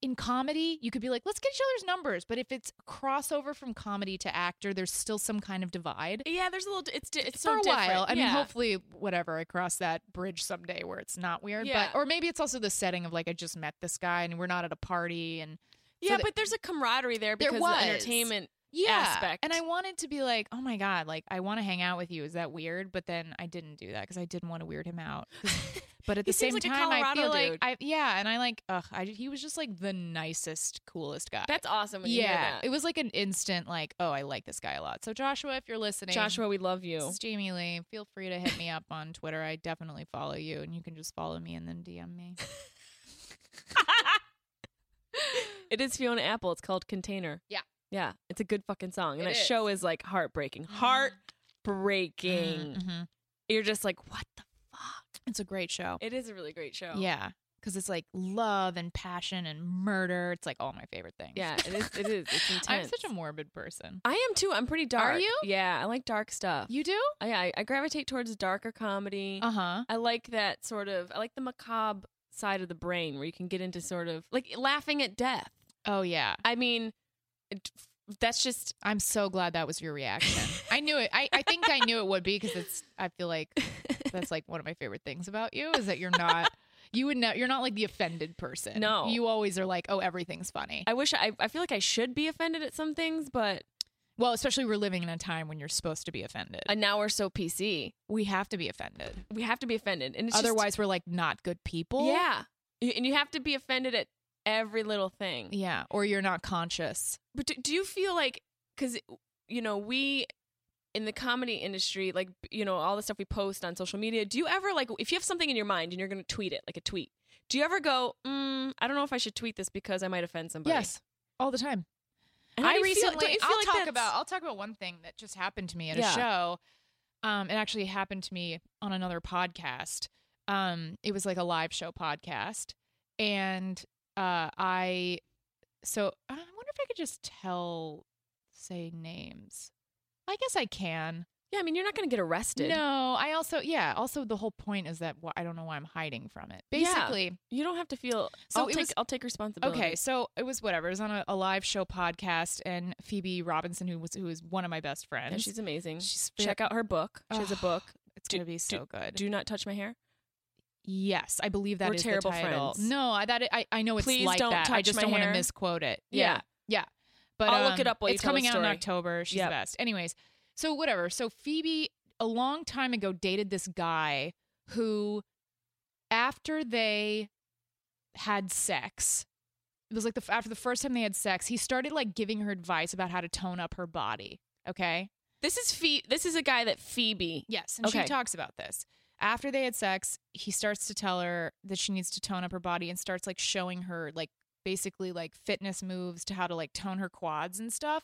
S2: in comedy, you could be like, let's get each other's numbers. But if it's crossover from comedy to actor, there's still some kind of divide.
S1: Yeah, there's a little. It's di- it's so
S2: for a while.
S1: Different.
S2: I mean,
S1: Yeah.
S2: hopefully, whatever, I cross that bridge someday where it's not weird.
S1: Yeah.
S2: But or maybe it's also the setting of like I just met this guy and we're not at a party and
S1: yeah,
S2: the-
S1: but there's a camaraderie there
S2: There
S1: because
S2: was.
S1: the entertainment
S2: yeah.
S1: aspect.
S2: And I wanted to be like, oh my God, like I want to hang out with you. Is that weird? But then I didn't do that because I didn't want to weird him out. 'Cause- But at
S3: He
S2: the same
S3: seems like a
S2: time, I
S3: Colorado
S2: feel
S3: dude.
S2: like, I, yeah. And I like, ugh, I, he was just like the nicest, coolest guy.
S1: That's awesome. When you hear
S2: yeah.
S1: that.
S2: It was like an instant, like, oh, I like this guy a lot. So, Joshua, if you're listening,
S1: Joshua, we love you.
S2: This is Jamie Lee. Feel free to hit me up on Twitter. I definitely follow you, and you can just follow me and then DM me.
S1: It is Fiona Apple. It's called Container.
S2: Yeah.
S1: Yeah. It's a good fucking song. And
S2: It
S1: that
S2: is. Mm-hmm.
S1: show is like heartbreaking. Heartbreaking.
S2: Mhm.
S1: You're just like, what the fuck?
S2: It's a great show.
S1: It is a really great show.
S2: Yeah, because it's like love and passion and murder. It's like all my favorite things.
S1: Yeah, it is it is. It's intense.
S2: I'm such a morbid person.
S1: I am too. I'm pretty dark.
S2: you?
S1: Yeah, I like dark stuff.
S2: You do?
S1: I, I, I gravitate towards darker comedy.
S2: Uh huh.
S1: I like that sort of I like the macabre side of the brain where you can get into sort of like laughing at death.
S2: Oh yeah.
S1: I mean it- that's just
S2: I'm so glad that was your reaction. I knew it. I, I think I knew it would be because it's. I feel like that's like one of my favorite things about you is that you're not. You would know. You're not like the offended person.
S1: No.
S2: You always are like, oh, everything's funny.
S1: I wish I I feel like I should be offended at some things, but
S2: Well, especially we're living in a time when you're supposed to be offended.
S1: and now we're so PC.
S2: we have to be offended.
S1: We have to be offended, and it's just-
S2: Otherwise, we're like not good people.
S1: yeah, You- and you have to be offended at every little thing.
S2: Yeah. Or you're not conscious.
S1: But do, do you feel like because you know we in the comedy industry, like you know all the stuff we post on social media, do you ever like if you have something in your mind and you're going to tweet it like a tweet? Do you ever go, mm, I don't know if I should tweet this because I might offend somebody?
S2: Yes. All the time.
S1: And how
S2: I
S1: do you feel-
S2: recently
S1: don't you feel
S2: I'll
S1: like
S2: talk
S1: that's-
S2: about I'll talk about one thing that just happened to me at
S1: Yeah.
S2: a show. Um, it actually happened to me on another podcast. Um, it was like a live show podcast, and uh, I so I wonder if I could just tell say names. I guess I can.
S1: Yeah, I mean you're not going to get arrested.
S2: No, I also yeah. Also, the whole point is that wh- I don't know why I'm hiding from it.
S1: Yeah.
S2: Basically,
S1: you don't have to feel.
S2: So
S1: I'll
S2: it
S1: take
S2: was-
S1: I'll take responsibility.
S2: Okay, so it was whatever. It was on a, a live show podcast, and Phoebe Robinson, who was who is one of my best friends,
S1: Yeah, she's amazing.
S2: she's
S1: Check out her book. She has a
S2: Ugh.
S1: book.
S2: It's
S1: do-
S2: gonna be so good.
S1: Do not touch my hair.
S2: yes, I believe that
S1: We're
S2: is
S1: terrible
S2: the title.
S1: friends.
S2: No, I that I, I know it's
S1: Please
S2: like
S1: don't
S2: that. I
S1: touch
S2: just
S1: my
S2: don't want
S1: hair.
S2: to misquote it.
S1: Yeah.
S2: yeah, yeah. But
S1: I'll look
S2: um,
S1: it up while you
S2: It's
S1: tell the
S2: coming out in
S1: story.
S2: October. She's
S1: Yep.
S2: the best. Anyways, so whatever. So Phoebe, a long time ago, dated this guy who, after they had sex, it was like the after the first time they had sex, he started like giving her advice about how to tone up her body. Okay.
S1: This is Phoebe. This is a guy that Phoebe.
S2: Yes, and
S1: Okay.
S2: she talks about this. After they had sex, he starts to tell her that she needs to tone up her body and starts like showing her like basically like fitness moves to how to like tone her quads and stuff.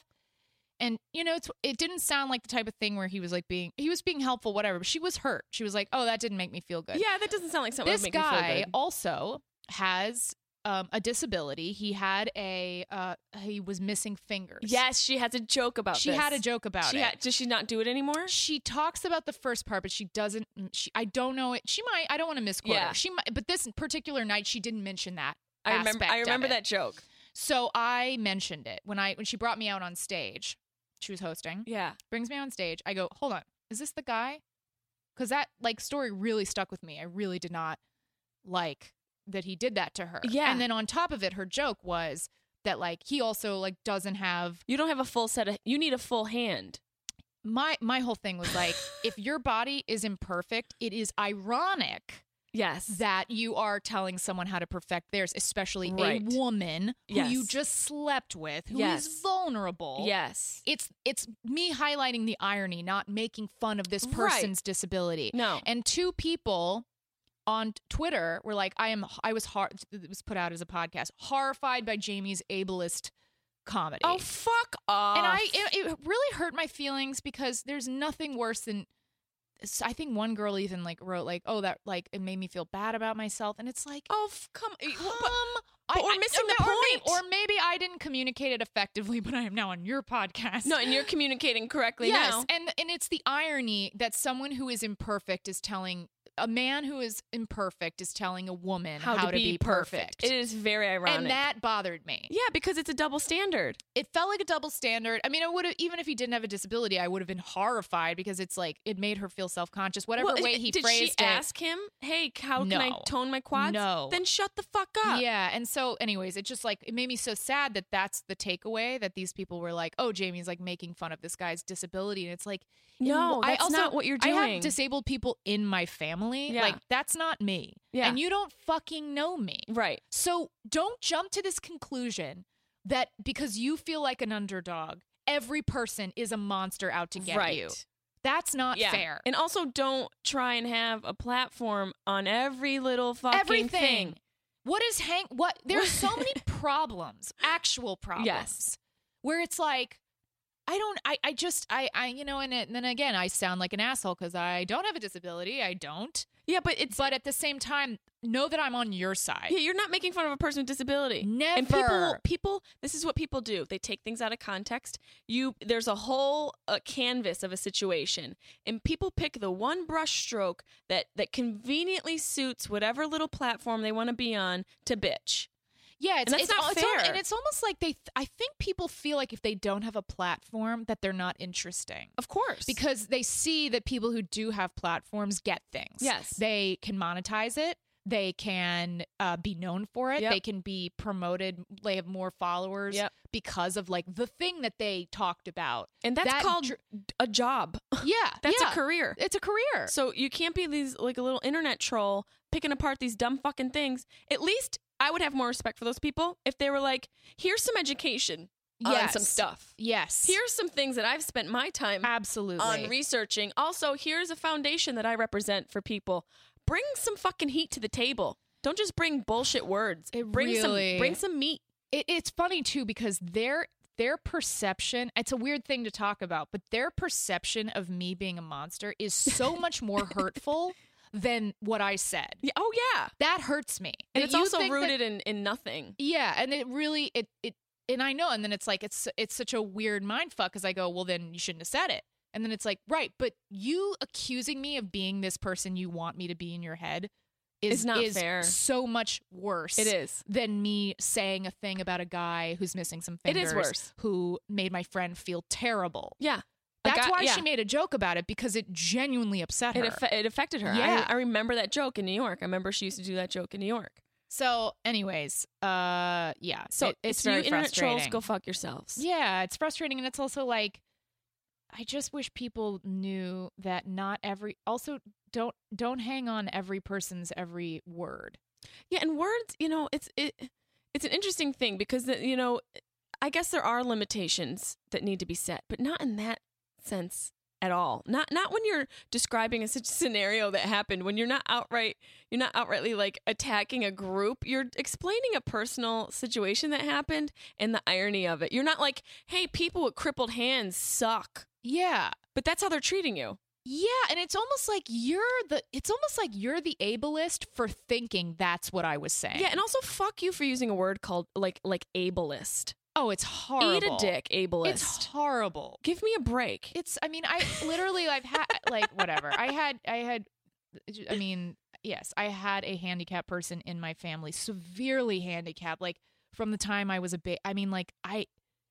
S2: And you know, it's, it didn't sound like the type of thing where he was like being he was being helpful, whatever. But she was hurt. She was like, "Oh, that didn't make me feel good."
S1: Yeah, that doesn't sound like something
S2: this
S1: that would make me
S2: guy
S1: feel good.
S2: also has um, a disability. He had a uh, he was missing fingers.
S1: Yes, she has a joke about
S2: she
S1: this.
S2: had a joke about
S1: she
S2: it.
S1: had- does she not do it anymore?
S2: She talks about the first part, but she doesn't. mm, She, I don't know it. She might. I don't want to misquote
S1: Yeah.
S2: her. She might, but this particular night, she didn't mention that.
S1: I remember.
S2: aspect
S1: I
S2: of
S1: remember
S2: it.
S1: that joke.
S2: So I mentioned it when I when she brought me out on stage. She was hosting.
S1: Yeah.
S2: Brings me on stage. I go, hold on, is this the guy? Because that like story really stuck with me. I really did not like that he did that to her.
S1: Yeah.
S2: And then on top of it, her joke was that like he also like doesn't have
S1: You don't have a full set of. You need a full hand.
S2: my my whole thing was like if your body is imperfect it is ironic
S1: Yes.
S2: that you are telling someone how to perfect theirs especially
S1: Right.
S2: a woman who
S1: Yes.
S2: you just slept with who is
S1: Yes.
S2: vulnerable
S1: yes.
S2: it's it's me highlighting the irony not making fun of this
S1: Right.
S2: person's disability
S1: No.
S2: and two people on Twitter were like, "I am. I was hor- It was put out as a podcast. Horrified by Jamie's ableist comedy.
S1: Oh fuck off.
S2: And I, it, it really hurt my feelings because there's nothing worse than. s- I think one girl even like wrote like, "Oh, that like it made me feel bad about myself," and it's like,
S1: Oh f- come. eh,
S2: "Come,
S1: well, but-
S2: I-
S1: but we're
S2: I-
S1: missing
S2: or
S1: the
S2: may-
S1: point.
S2: or maybe I didn't communicate it effectively, but I am now on your podcast."
S1: no, and you're communicating correctly
S2: yes,
S1: now.
S2: and and it's the irony that someone who is imperfect is telling a man who is imperfect is telling a woman
S1: How, to, be, perfect.
S2: perfect.
S1: It is very ironic.
S2: and that bothered me.
S1: yeah, because it's a double standard.
S2: It felt like a double standard. I mean, I would have even if he didn't have a disability, I would have been horrified because it's like it made her feel self conscious. Whatever
S1: Well,
S2: way he
S1: did
S2: phrased
S1: she
S2: it.
S1: ask him, "Hey, how can I
S2: No.
S1: tone my quads?"
S2: No.
S1: Then shut the fuck up.
S2: Yeah, and so, anyways, it just like it made me so sad that that's the takeaway that these people were like, "Oh, Jamie's like making fun of this guy's disability," and it's like,
S1: No,
S2: I
S1: that's
S2: also-
S1: not what you're doing.
S2: I have disabled people in my family.
S1: Yeah.
S2: Like that's not me.
S1: Yeah.
S2: And you don't fucking know me.
S1: right.
S2: So don't jump to this conclusion that because you feel like an underdog, every person is a monster out to get
S1: right.
S2: you. That's not
S1: yeah.
S2: fair.
S1: And also, don't try and have a platform on every little fucking
S2: Everything.
S1: thing.
S2: What is Hank? What there's so many problems, actual problems, where it's like, I don't, I, I just, I, I, you know, and, it, and then again, I sound like an asshole because I don't have a disability. I don't,
S1: Yeah, but it's
S2: but at the same time, know that I'm on your side.
S1: yeah, you're not making fun of a person with disability.
S2: Never.
S1: And people, people, this is what people do. They take things out of context. You, there's a whole uh, canvas of a situation, and people pick the one brush stroke that that conveniently suits whatever little platform they want to be on to bitch.
S2: Yeah, it's,
S1: that's
S2: it's
S1: not
S2: al- it's al-
S1: fair.
S2: and it's almost like they. Th- I think people feel like if they don't have a platform, that they're not interesting
S1: Of course,
S2: because they see that people who do have platforms get things.
S1: Yes.
S2: they can monetize it. They can uh, be known for it.
S1: Yep.
S2: They can be promoted. They have more followers
S1: Yep.
S2: because of like the thing that they talked about.
S1: and that's
S2: that
S1: called
S2: dr-
S1: a job.
S2: Yeah,
S1: That's
S2: yeah.
S1: a career.
S2: It's a career.
S1: So you can't be these like a little internet troll picking apart these dumb fucking things. At least I would have more respect for those people if they were like, here's some education on
S2: Yes.
S1: some stuff.
S2: Yes,
S1: Here's some things that I've spent my time
S2: absolutely
S1: on researching. Also, here's a foundation that I represent for people. Bring some fucking heat to the table. Don't just bring bullshit words.
S2: It
S1: bring
S2: really-
S1: some bring some meat.
S2: it, it's funny too because their their perception it's a weird thing to talk about but their perception of me being a monster is so much more hurtful than what i said
S1: Yeah, oh yeah.
S2: that hurts me
S1: And
S2: That
S1: it's
S2: you
S1: also
S2: think that-
S1: rooted in, in nothing.
S2: yeah and it really it it and i know and then it's like it's it's such a weird mind fuck because i go well then you shouldn't have said it and then it's like right but you accusing me of being this person you want me to be in your head is
S1: It's not
S2: is
S1: fair.
S2: so much worse
S1: It is.
S2: than me saying a thing about a guy who's missing some
S1: It
S2: fingers.
S1: is worse.
S2: Who made my friend feel terrible.
S1: Yeah. A
S2: That's
S1: guy-
S2: why
S1: yeah.
S2: she made a joke about it because it genuinely upset her.
S1: It, affe- it affected her. I-
S2: Yeah.
S1: I, remember that joke in New York. I remember she used to do that joke in New York.
S2: so, anyways, uh, yeah.
S1: So
S2: it- it's
S1: if you
S2: very
S1: internet
S2: frustrating.
S1: trolls, go fuck yourselves.
S2: yeah, it's frustrating, and it's also like, I just wish people knew that not every. Also, don't don't hang on every person's every word.
S1: Yeah, and words, you know, it's it, it's an interesting thing because the, you know, I guess there are limitations that need to be set, but not in that sense at all. Not not when you're describing a such scenario that happened. When you're not outright, you're not outrightly like attacking a group. You're explaining a personal situation that happened and the irony of it. You're not like, hey, people with crippled hands suck,
S2: Yeah,
S1: but that's how they're treating you.
S2: Yeah, and it's almost like you're the it's almost like you're the ableist for thinking that's what I was saying.
S1: Yeah, and also fuck you for using a word called like like ableist.
S2: oh, it's horrible.
S1: Eat a dick, ableist.
S2: It's horrible.
S1: Give me a break.
S2: It's I mean, I literally I've had like whatever. I had I had I mean, yes, I had a handicapped person in my family, severely handicapped like from the time I was a bit I mean like I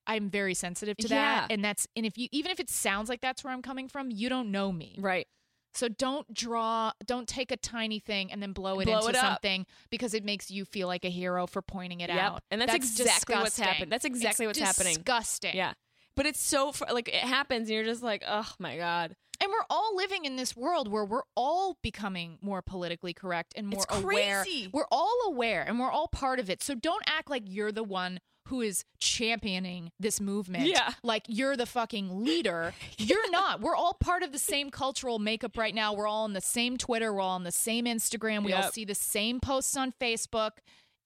S2: I'm very sensitive to that
S1: Yeah.
S2: and that's and if you even if it sounds like that's where I'm coming from, you don't know me.
S1: right.
S2: So don't draw, don't take a tiny thing and then blow it
S1: Blow
S2: into
S1: it up.
S2: something because it makes you feel like a hero for pointing it
S1: Yep.
S2: out.
S1: And that's exactly what's
S2: disgusting.
S1: happened. That's exactly what's
S2: It's
S1: happening.
S2: Disgusting.
S1: Yeah. But it's so fr- like it happens and you're just like, "Oh my god."
S2: And we're all living in this world where we're all becoming more politically correct and more
S1: It's
S2: aware.
S1: crazy.
S2: We're all aware and we're all part of it. So don't act like you're the one who is championing this movement.
S1: Yeah.
S2: Like you're the fucking leader. You're not. We're all part of the same cultural makeup right now. We're all on the same Twitter. We're all on the same Instagram. We all
S1: Yep.
S2: see the same posts on Facebook.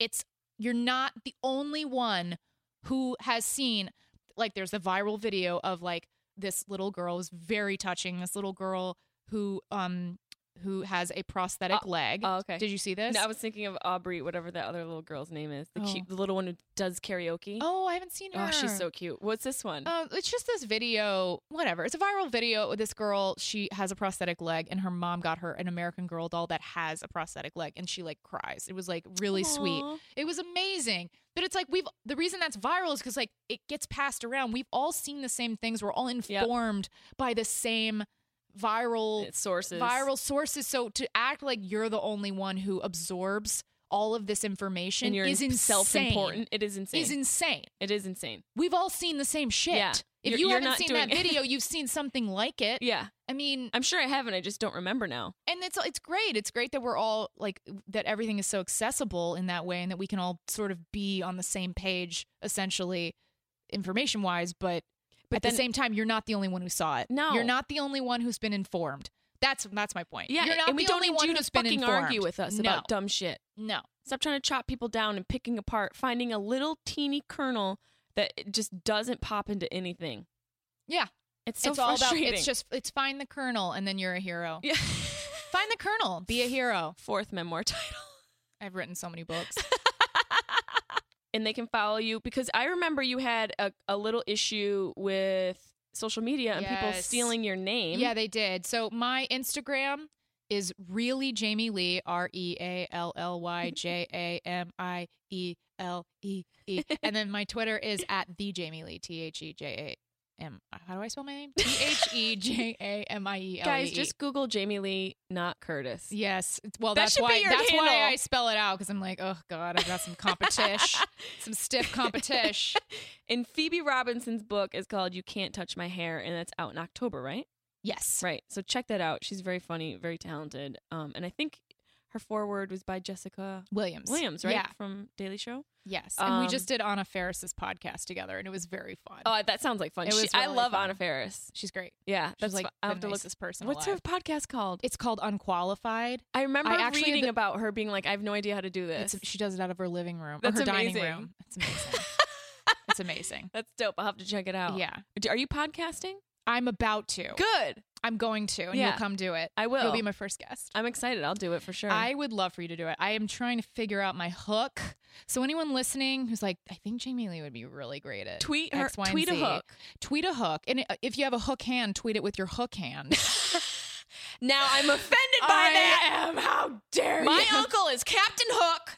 S2: It's you're not the only one who has seen like there's a viral video of like this little girl it was very touching this little girl who um who has a prosthetic leg.
S1: oh, okay.
S2: Did you see this?
S1: No, I was thinking of Aubrey, whatever that other little girl's name is, the
S2: Oh.
S1: cute, the little one who does karaoke.
S2: oh, I haven't seen her.
S1: Oh, she's so cute. What's this one?
S2: Uh, it's just this video, whatever. It's a viral video. This girl, she has a prosthetic leg, and her mom got her an American Girl doll that has a prosthetic leg, and she like cries. It was like really sweet.
S1: Aw.
S2: It was amazing. But it's like we've the reason that's viral is because like it gets passed around. We've all seen the same things. We're all informed by the same viral
S1: It's sources.
S2: viral sources. So to act like you're the only one who absorbs all of this information
S1: and you're
S2: is
S1: in-
S2: insane.
S1: self-important. It is insane.
S2: Is insane.
S1: it is insane.
S2: We've all seen the same shit.
S1: Yeah.
S2: If
S1: You're-
S2: you
S1: you're
S2: haven't
S1: not
S2: seen
S1: doing
S2: that
S1: it.
S2: video, you've seen something like it.
S1: Yeah,
S2: I mean,
S1: I'm sure I haven't. I just don't remember now.
S2: and it's it's great. It's great that we're all like that everything is so accessible in that way and that we can all sort of be on the same page essentially information wise, but,
S1: But
S2: at
S1: then-
S2: the same time you're not the only one who saw it.
S1: No.
S2: You're not the only one who's been informed. That's that's my point.
S1: Yeah,
S2: You're not
S1: and we
S2: the
S1: don't
S2: only
S1: need
S2: one
S1: you
S2: who's
S1: to
S2: been
S1: fucking
S2: informed.
S1: argue with us
S2: no,
S1: about dumb shit.
S2: No.
S1: Stop trying to chop people down and picking apart, finding a little teeny kernel that it just doesn't pop into anything.
S2: Yeah.
S1: It's so
S2: it's all about
S1: frustrating.
S2: it's just it's find the kernel and then you're a hero.
S1: yeah.
S2: Find the kernel, be a hero.
S1: Fourth memoir title.
S2: I've written so many books.
S1: and they can follow you because I remember you had a, a little issue with social media and people
S2: Yes.
S1: stealing your name.
S2: Yeah, they did. So my Instagram is really Jamie Lee, R E A L L Y J A M I E L E E. And then my Twitter is at the Jamie Lee, T H E J A M. How do I E spell my name? T H E J A M I E L E E.
S1: Guys, just Google Jamie Lee, not Curtis.
S2: Yes. It's- Well,
S1: That
S2: that's
S1: should be
S2: why
S1: your
S2: that's why
S1: handle.
S2: I spell it out because I'm like, oh god, I've got some competition, some stiff competition.
S1: And Phoebe Robinson's book is called You Can't Touch My Hair, and that's out in October, right?
S2: Yes.
S1: Right. So check that out. She's very funny, very talented. Um, and I think her foreword was by Jessica
S2: Williams.
S1: Williams, right?
S2: Yeah.
S1: From Daily Show.
S2: Yes. And we
S1: Um,
S2: just did Anna Ferris's podcast together, and it was very fun.
S1: Oh, that sounds like fun.
S2: It
S1: She-
S2: was
S1: I
S2: really
S1: love
S2: fun.
S1: Anna Ferris.
S2: She's great.
S1: Yeah,
S2: She's
S1: that's
S2: like
S1: like I
S2: the
S1: have to look.
S2: nicest person
S1: What's
S2: alive.
S1: her podcast called?
S2: It's called Unqualified.
S1: I remember
S2: I actually-
S1: reading about her being like, I have no idea how to do this.
S2: It's, she does it out of her living room
S1: That's
S2: or her dining
S1: amazing.
S2: room. It's amazing. it's amazing.
S1: That's dope. I'll have to check it out.
S2: Yeah,
S1: D- Are you podcasting?
S2: I'm about to.
S1: Good.
S2: I'm going to, and
S1: Yeah.
S2: you'll come do it.
S1: I will.
S2: You'll be my first guest.
S1: I'm excited. I'll do it for sure.
S2: I would love for you to do it. I am trying to figure out my hook. So anyone listening who's like, I think Jamie Lee would be really great at
S1: tweet her.
S2: X, Y, and
S1: tweet a
S2: Z."
S1: hook.
S2: Tweet a hook, and i- if you have a hook hand, tweet it with your hook hand.
S1: Now I'm offended by
S2: I
S1: that. am. How dare My
S2: you.
S1: uncle is Captain Hook,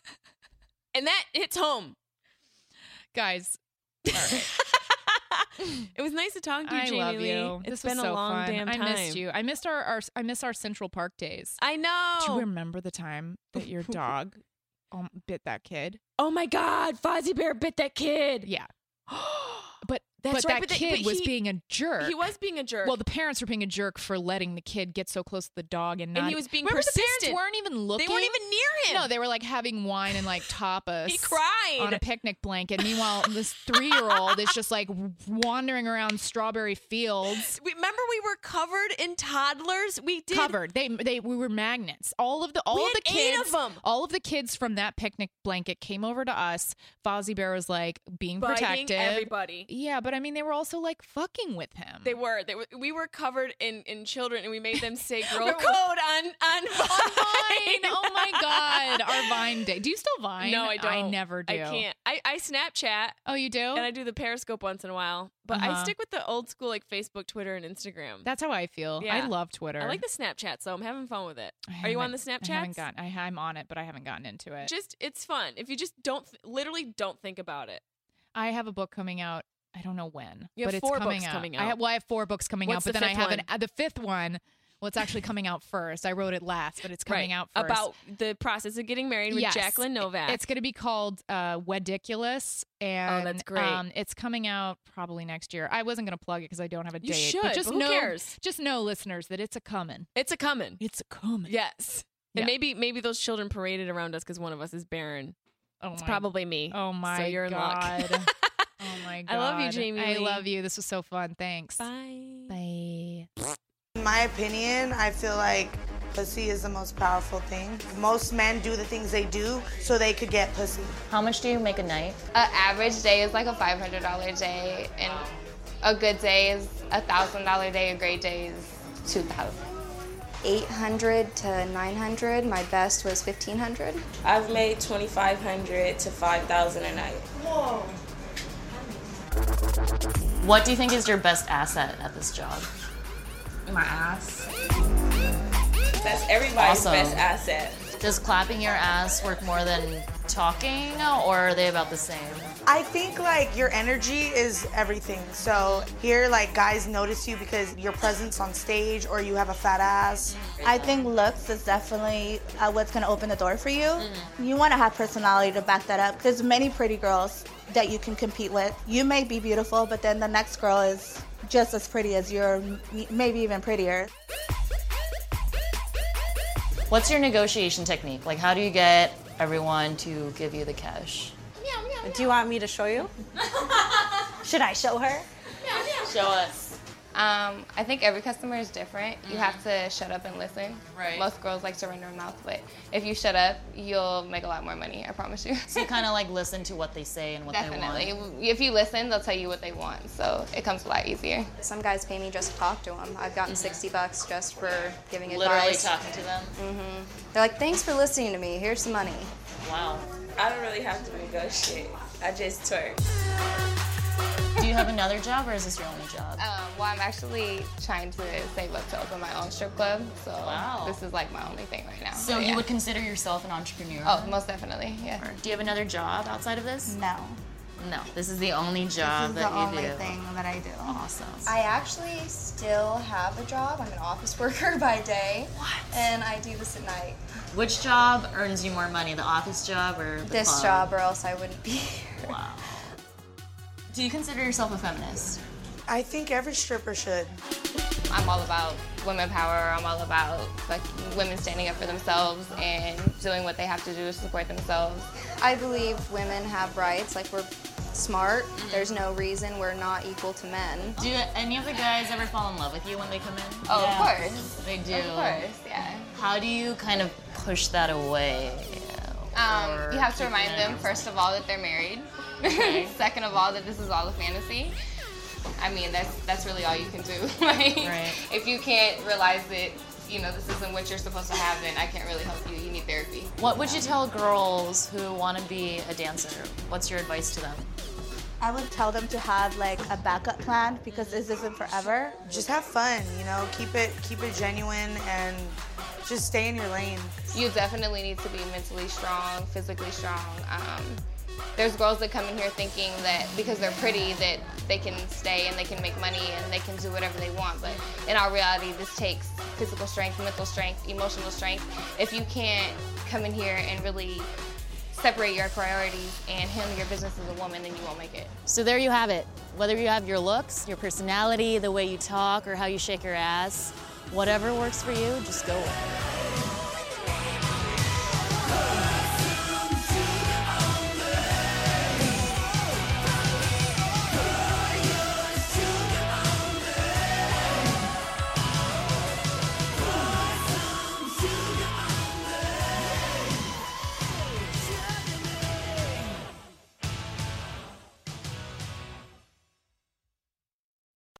S1: and that hits home.
S2: Guys, all right.
S1: It was nice to talk to you,
S2: I
S1: Jamie
S2: love
S1: Lee.
S2: you.
S1: It's
S2: this was
S1: been
S2: so
S1: a long
S2: fun.
S1: damn time.
S2: I missed you. I missed our, our I miss our Central Park days.
S1: I
S2: Do
S1: know.
S2: you remember the time that your dog um, bit that kid?
S1: oh my God, Fozzie Bear bit that kid.
S2: Yeah, but
S1: but that's
S2: but
S1: right. but
S2: that
S1: the-
S2: kid
S1: but
S2: was
S1: he-
S2: being a jerk.
S1: He was being a jerk.
S2: Well, the parents were being a jerk for letting the kid get so close to the dog and not.
S1: and he was being
S2: remember the
S1: persistent.
S2: parents weren't even looking.
S1: they weren't even near him.
S2: No, they were like having wine and like tapas.
S1: he cried.
S2: On a picnic blanket. Meanwhile, this three-year-old is just like wandering around strawberry fields.
S1: We- Remember, we were covered in toddlers. We did.
S2: covered. They they we were magnets. All of the all
S1: We
S2: of the
S1: had eight
S2: kids,
S1: of 'em.
S2: all of the kids from that picnic blanket came over to us. Fozzie Bear was like being
S1: biting
S2: protective.
S1: everybody.
S2: Yeah, but I mean, they were also like fucking with him.
S1: They were. They were. We were covered in in children, and we made them say "girl
S2: We're-
S1: code" on on
S2: Vine.
S1: Vine.
S2: oh my god, our Vine day. Do you still Vine?
S1: No, I
S2: I
S1: don't.
S2: never do.
S1: I can't. I I Snapchat
S2: Oh, you do?
S1: and I do the Periscope once in a while, but I
S2: Uh-huh.
S1: stick with the old school like Facebook, Twitter, and Instagram.
S2: That's how I feel.
S1: Yeah.
S2: I love Twitter.
S1: I like the Snapchat, so I'm having fun with it.
S2: I
S1: Are you on the
S2: haven't- I haven't
S1: Snapchat?
S2: gotten. I, I'm on it, but I haven't gotten into it.
S1: Just it's fun if you just don't th- literally don't think about it.
S2: I have a book coming out. I don't know when,
S1: You have
S2: but it's
S1: four
S2: coming
S1: books
S2: out.
S1: coming
S2: I
S1: out.
S2: have, well, I have four books coming
S1: What's the
S2: out, but then I
S1: fifth
S2: have an,
S1: one?
S2: uh, the fifth one. Well, it's actually coming out first. I wrote it last, but it's coming
S1: right.
S2: out first.
S1: about the process of getting married with
S2: Yes.
S1: Jacqueline Novak. Oh,
S2: it's going to be called uh, Wediculous, and
S1: that's great.
S2: Um, it's coming out probably next year. I wasn't going to plug it because I don't have a
S1: you
S2: date.
S1: should.
S2: but just
S1: but who
S2: know,
S1: cares?
S2: just know, listeners, that it's a coming.
S1: It's a coming.
S2: It's a coming.
S1: Yes.
S2: Yeah.
S1: And maybe maybe those children paraded around us because one of us is barren.
S2: Oh
S1: It's
S2: my
S1: probably me.
S2: Oh my
S1: you're in luck.
S2: god. oh my god.
S1: I love you, Jamie
S2: I
S1: Lee.
S2: love you. This was so fun. Thanks.
S1: Bye.
S2: Bye.
S3: In my opinion, I feel like pussy is the most powerful thing. Most men do the things they do so they could get pussy.
S4: How much do you make a night?
S5: An average day is like a $500 day, and a good day is a $1,000 day, a great day is 2000
S4: 800 to 900. My best was 1500.
S6: I've made 2500 to 5000 a night.
S7: What do you think is your best asset at this job?
S5: My ass.
S6: That's everybody's
S7: Awesome.
S6: best asset.
S7: Does clapping your ass work more than talking, or are they about the same?
S3: I think like your energy is everything. So here, like guys notice you because your presence on stage or you have a fat ass.
S8: I think looks is definitely uh, what's going to open the door for you. You want to have personality to back that up. There's many pretty girls that you can compete with. You may be beautiful, but then the next girl is just as pretty as you, or m- maybe even prettier.
S7: What's your negotiation technique? Like, how do you get everyone to give you the cash?
S9: Do you want me to show you? Should I show her?
S7: Show us.
S5: Um, I think every customer is different. You have to shut up and listen.
S7: Mm-hmm. Right.
S5: Most girls like to run their mouth, but if you shut up, you'll make a lot more money. I promise you.
S7: So you kind of like listen to what they say and what they
S5: Definitely.
S7: want.
S5: If you listen, they'll tell you what they want, so it comes a lot easier.
S4: Some guys pay me just to talk to them. I've gotten 60 bucks just for giving
S7: Mm-hmm. Literally
S4: advice.
S7: talking to them.
S4: They're like, thanks for listening to me. Here's some money.
S7: Wow.
S6: I don't really have to negotiate. I just twerk.
S7: Do you have another job, or is this your only job?
S5: Um, well, I'm actually trying to save up to open my own strip club, so
S7: Wow.
S5: this is like my only thing right now.
S7: So
S5: But
S7: you
S5: yeah.
S7: would consider yourself an entrepreneur?
S5: Oh, most definitely. Yeah.
S7: Do you have another job outside of this?
S8: No,
S7: No. This is the only job
S8: this is
S7: that
S8: the
S7: you
S8: only
S7: do.
S8: thing that I do.
S7: Awesome.
S4: I actually still have a job. I'm an office worker by day. What? And I do this at night.
S7: Which job earns you more money, the office job or the
S4: This
S7: club?
S4: job, or else I wouldn't be here.
S7: Wow. Do you consider yourself a feminist?
S3: I think every stripper should.
S5: I'm all about women power. I'm all about like women standing up for themselves and doing what they have to do to support themselves.
S4: I believe women have rights. Like, we're smart.
S7: Mm-hmm.
S4: There's no reason we're not equal to men.
S7: Do any of the guys ever fall in love with you when they come in?
S5: Oh, of course.
S7: They do.
S5: Of course, yeah.
S7: How do you kind of push that away?
S5: Um,
S7: Or
S5: you have to
S7: keep
S5: remind
S7: it
S5: them,
S7: under-
S5: first of all, that they're married. Second of all, that this is all a fantasy. I mean, that's that's really all you can do. like,
S7: Right.
S5: if you can't realize that, you know, this isn't what you're supposed to have, then I can't really help you. You need therapy.
S7: What would you tell girls who want to be a dancer? What's your advice to them?
S8: I would tell them to have like a backup plan because this isn't forever.
S3: Just have fun, you know. Keep it keep it genuine and just stay in your lane.
S5: You definitely need to be mentally strong, physically strong. Um, there's girls that come in here thinking that because they're pretty that they can stay and they can make money and they can do whatever they want. But in all reality, this takes physical strength, mental strength, emotional strength. If you can't come in here and really separate your priorities and handle your business as a woman, then you won't make it.
S7: So there you have it. Whether you have your looks, your personality, the way you talk, or how you shake your ass, whatever works for you, just go with it.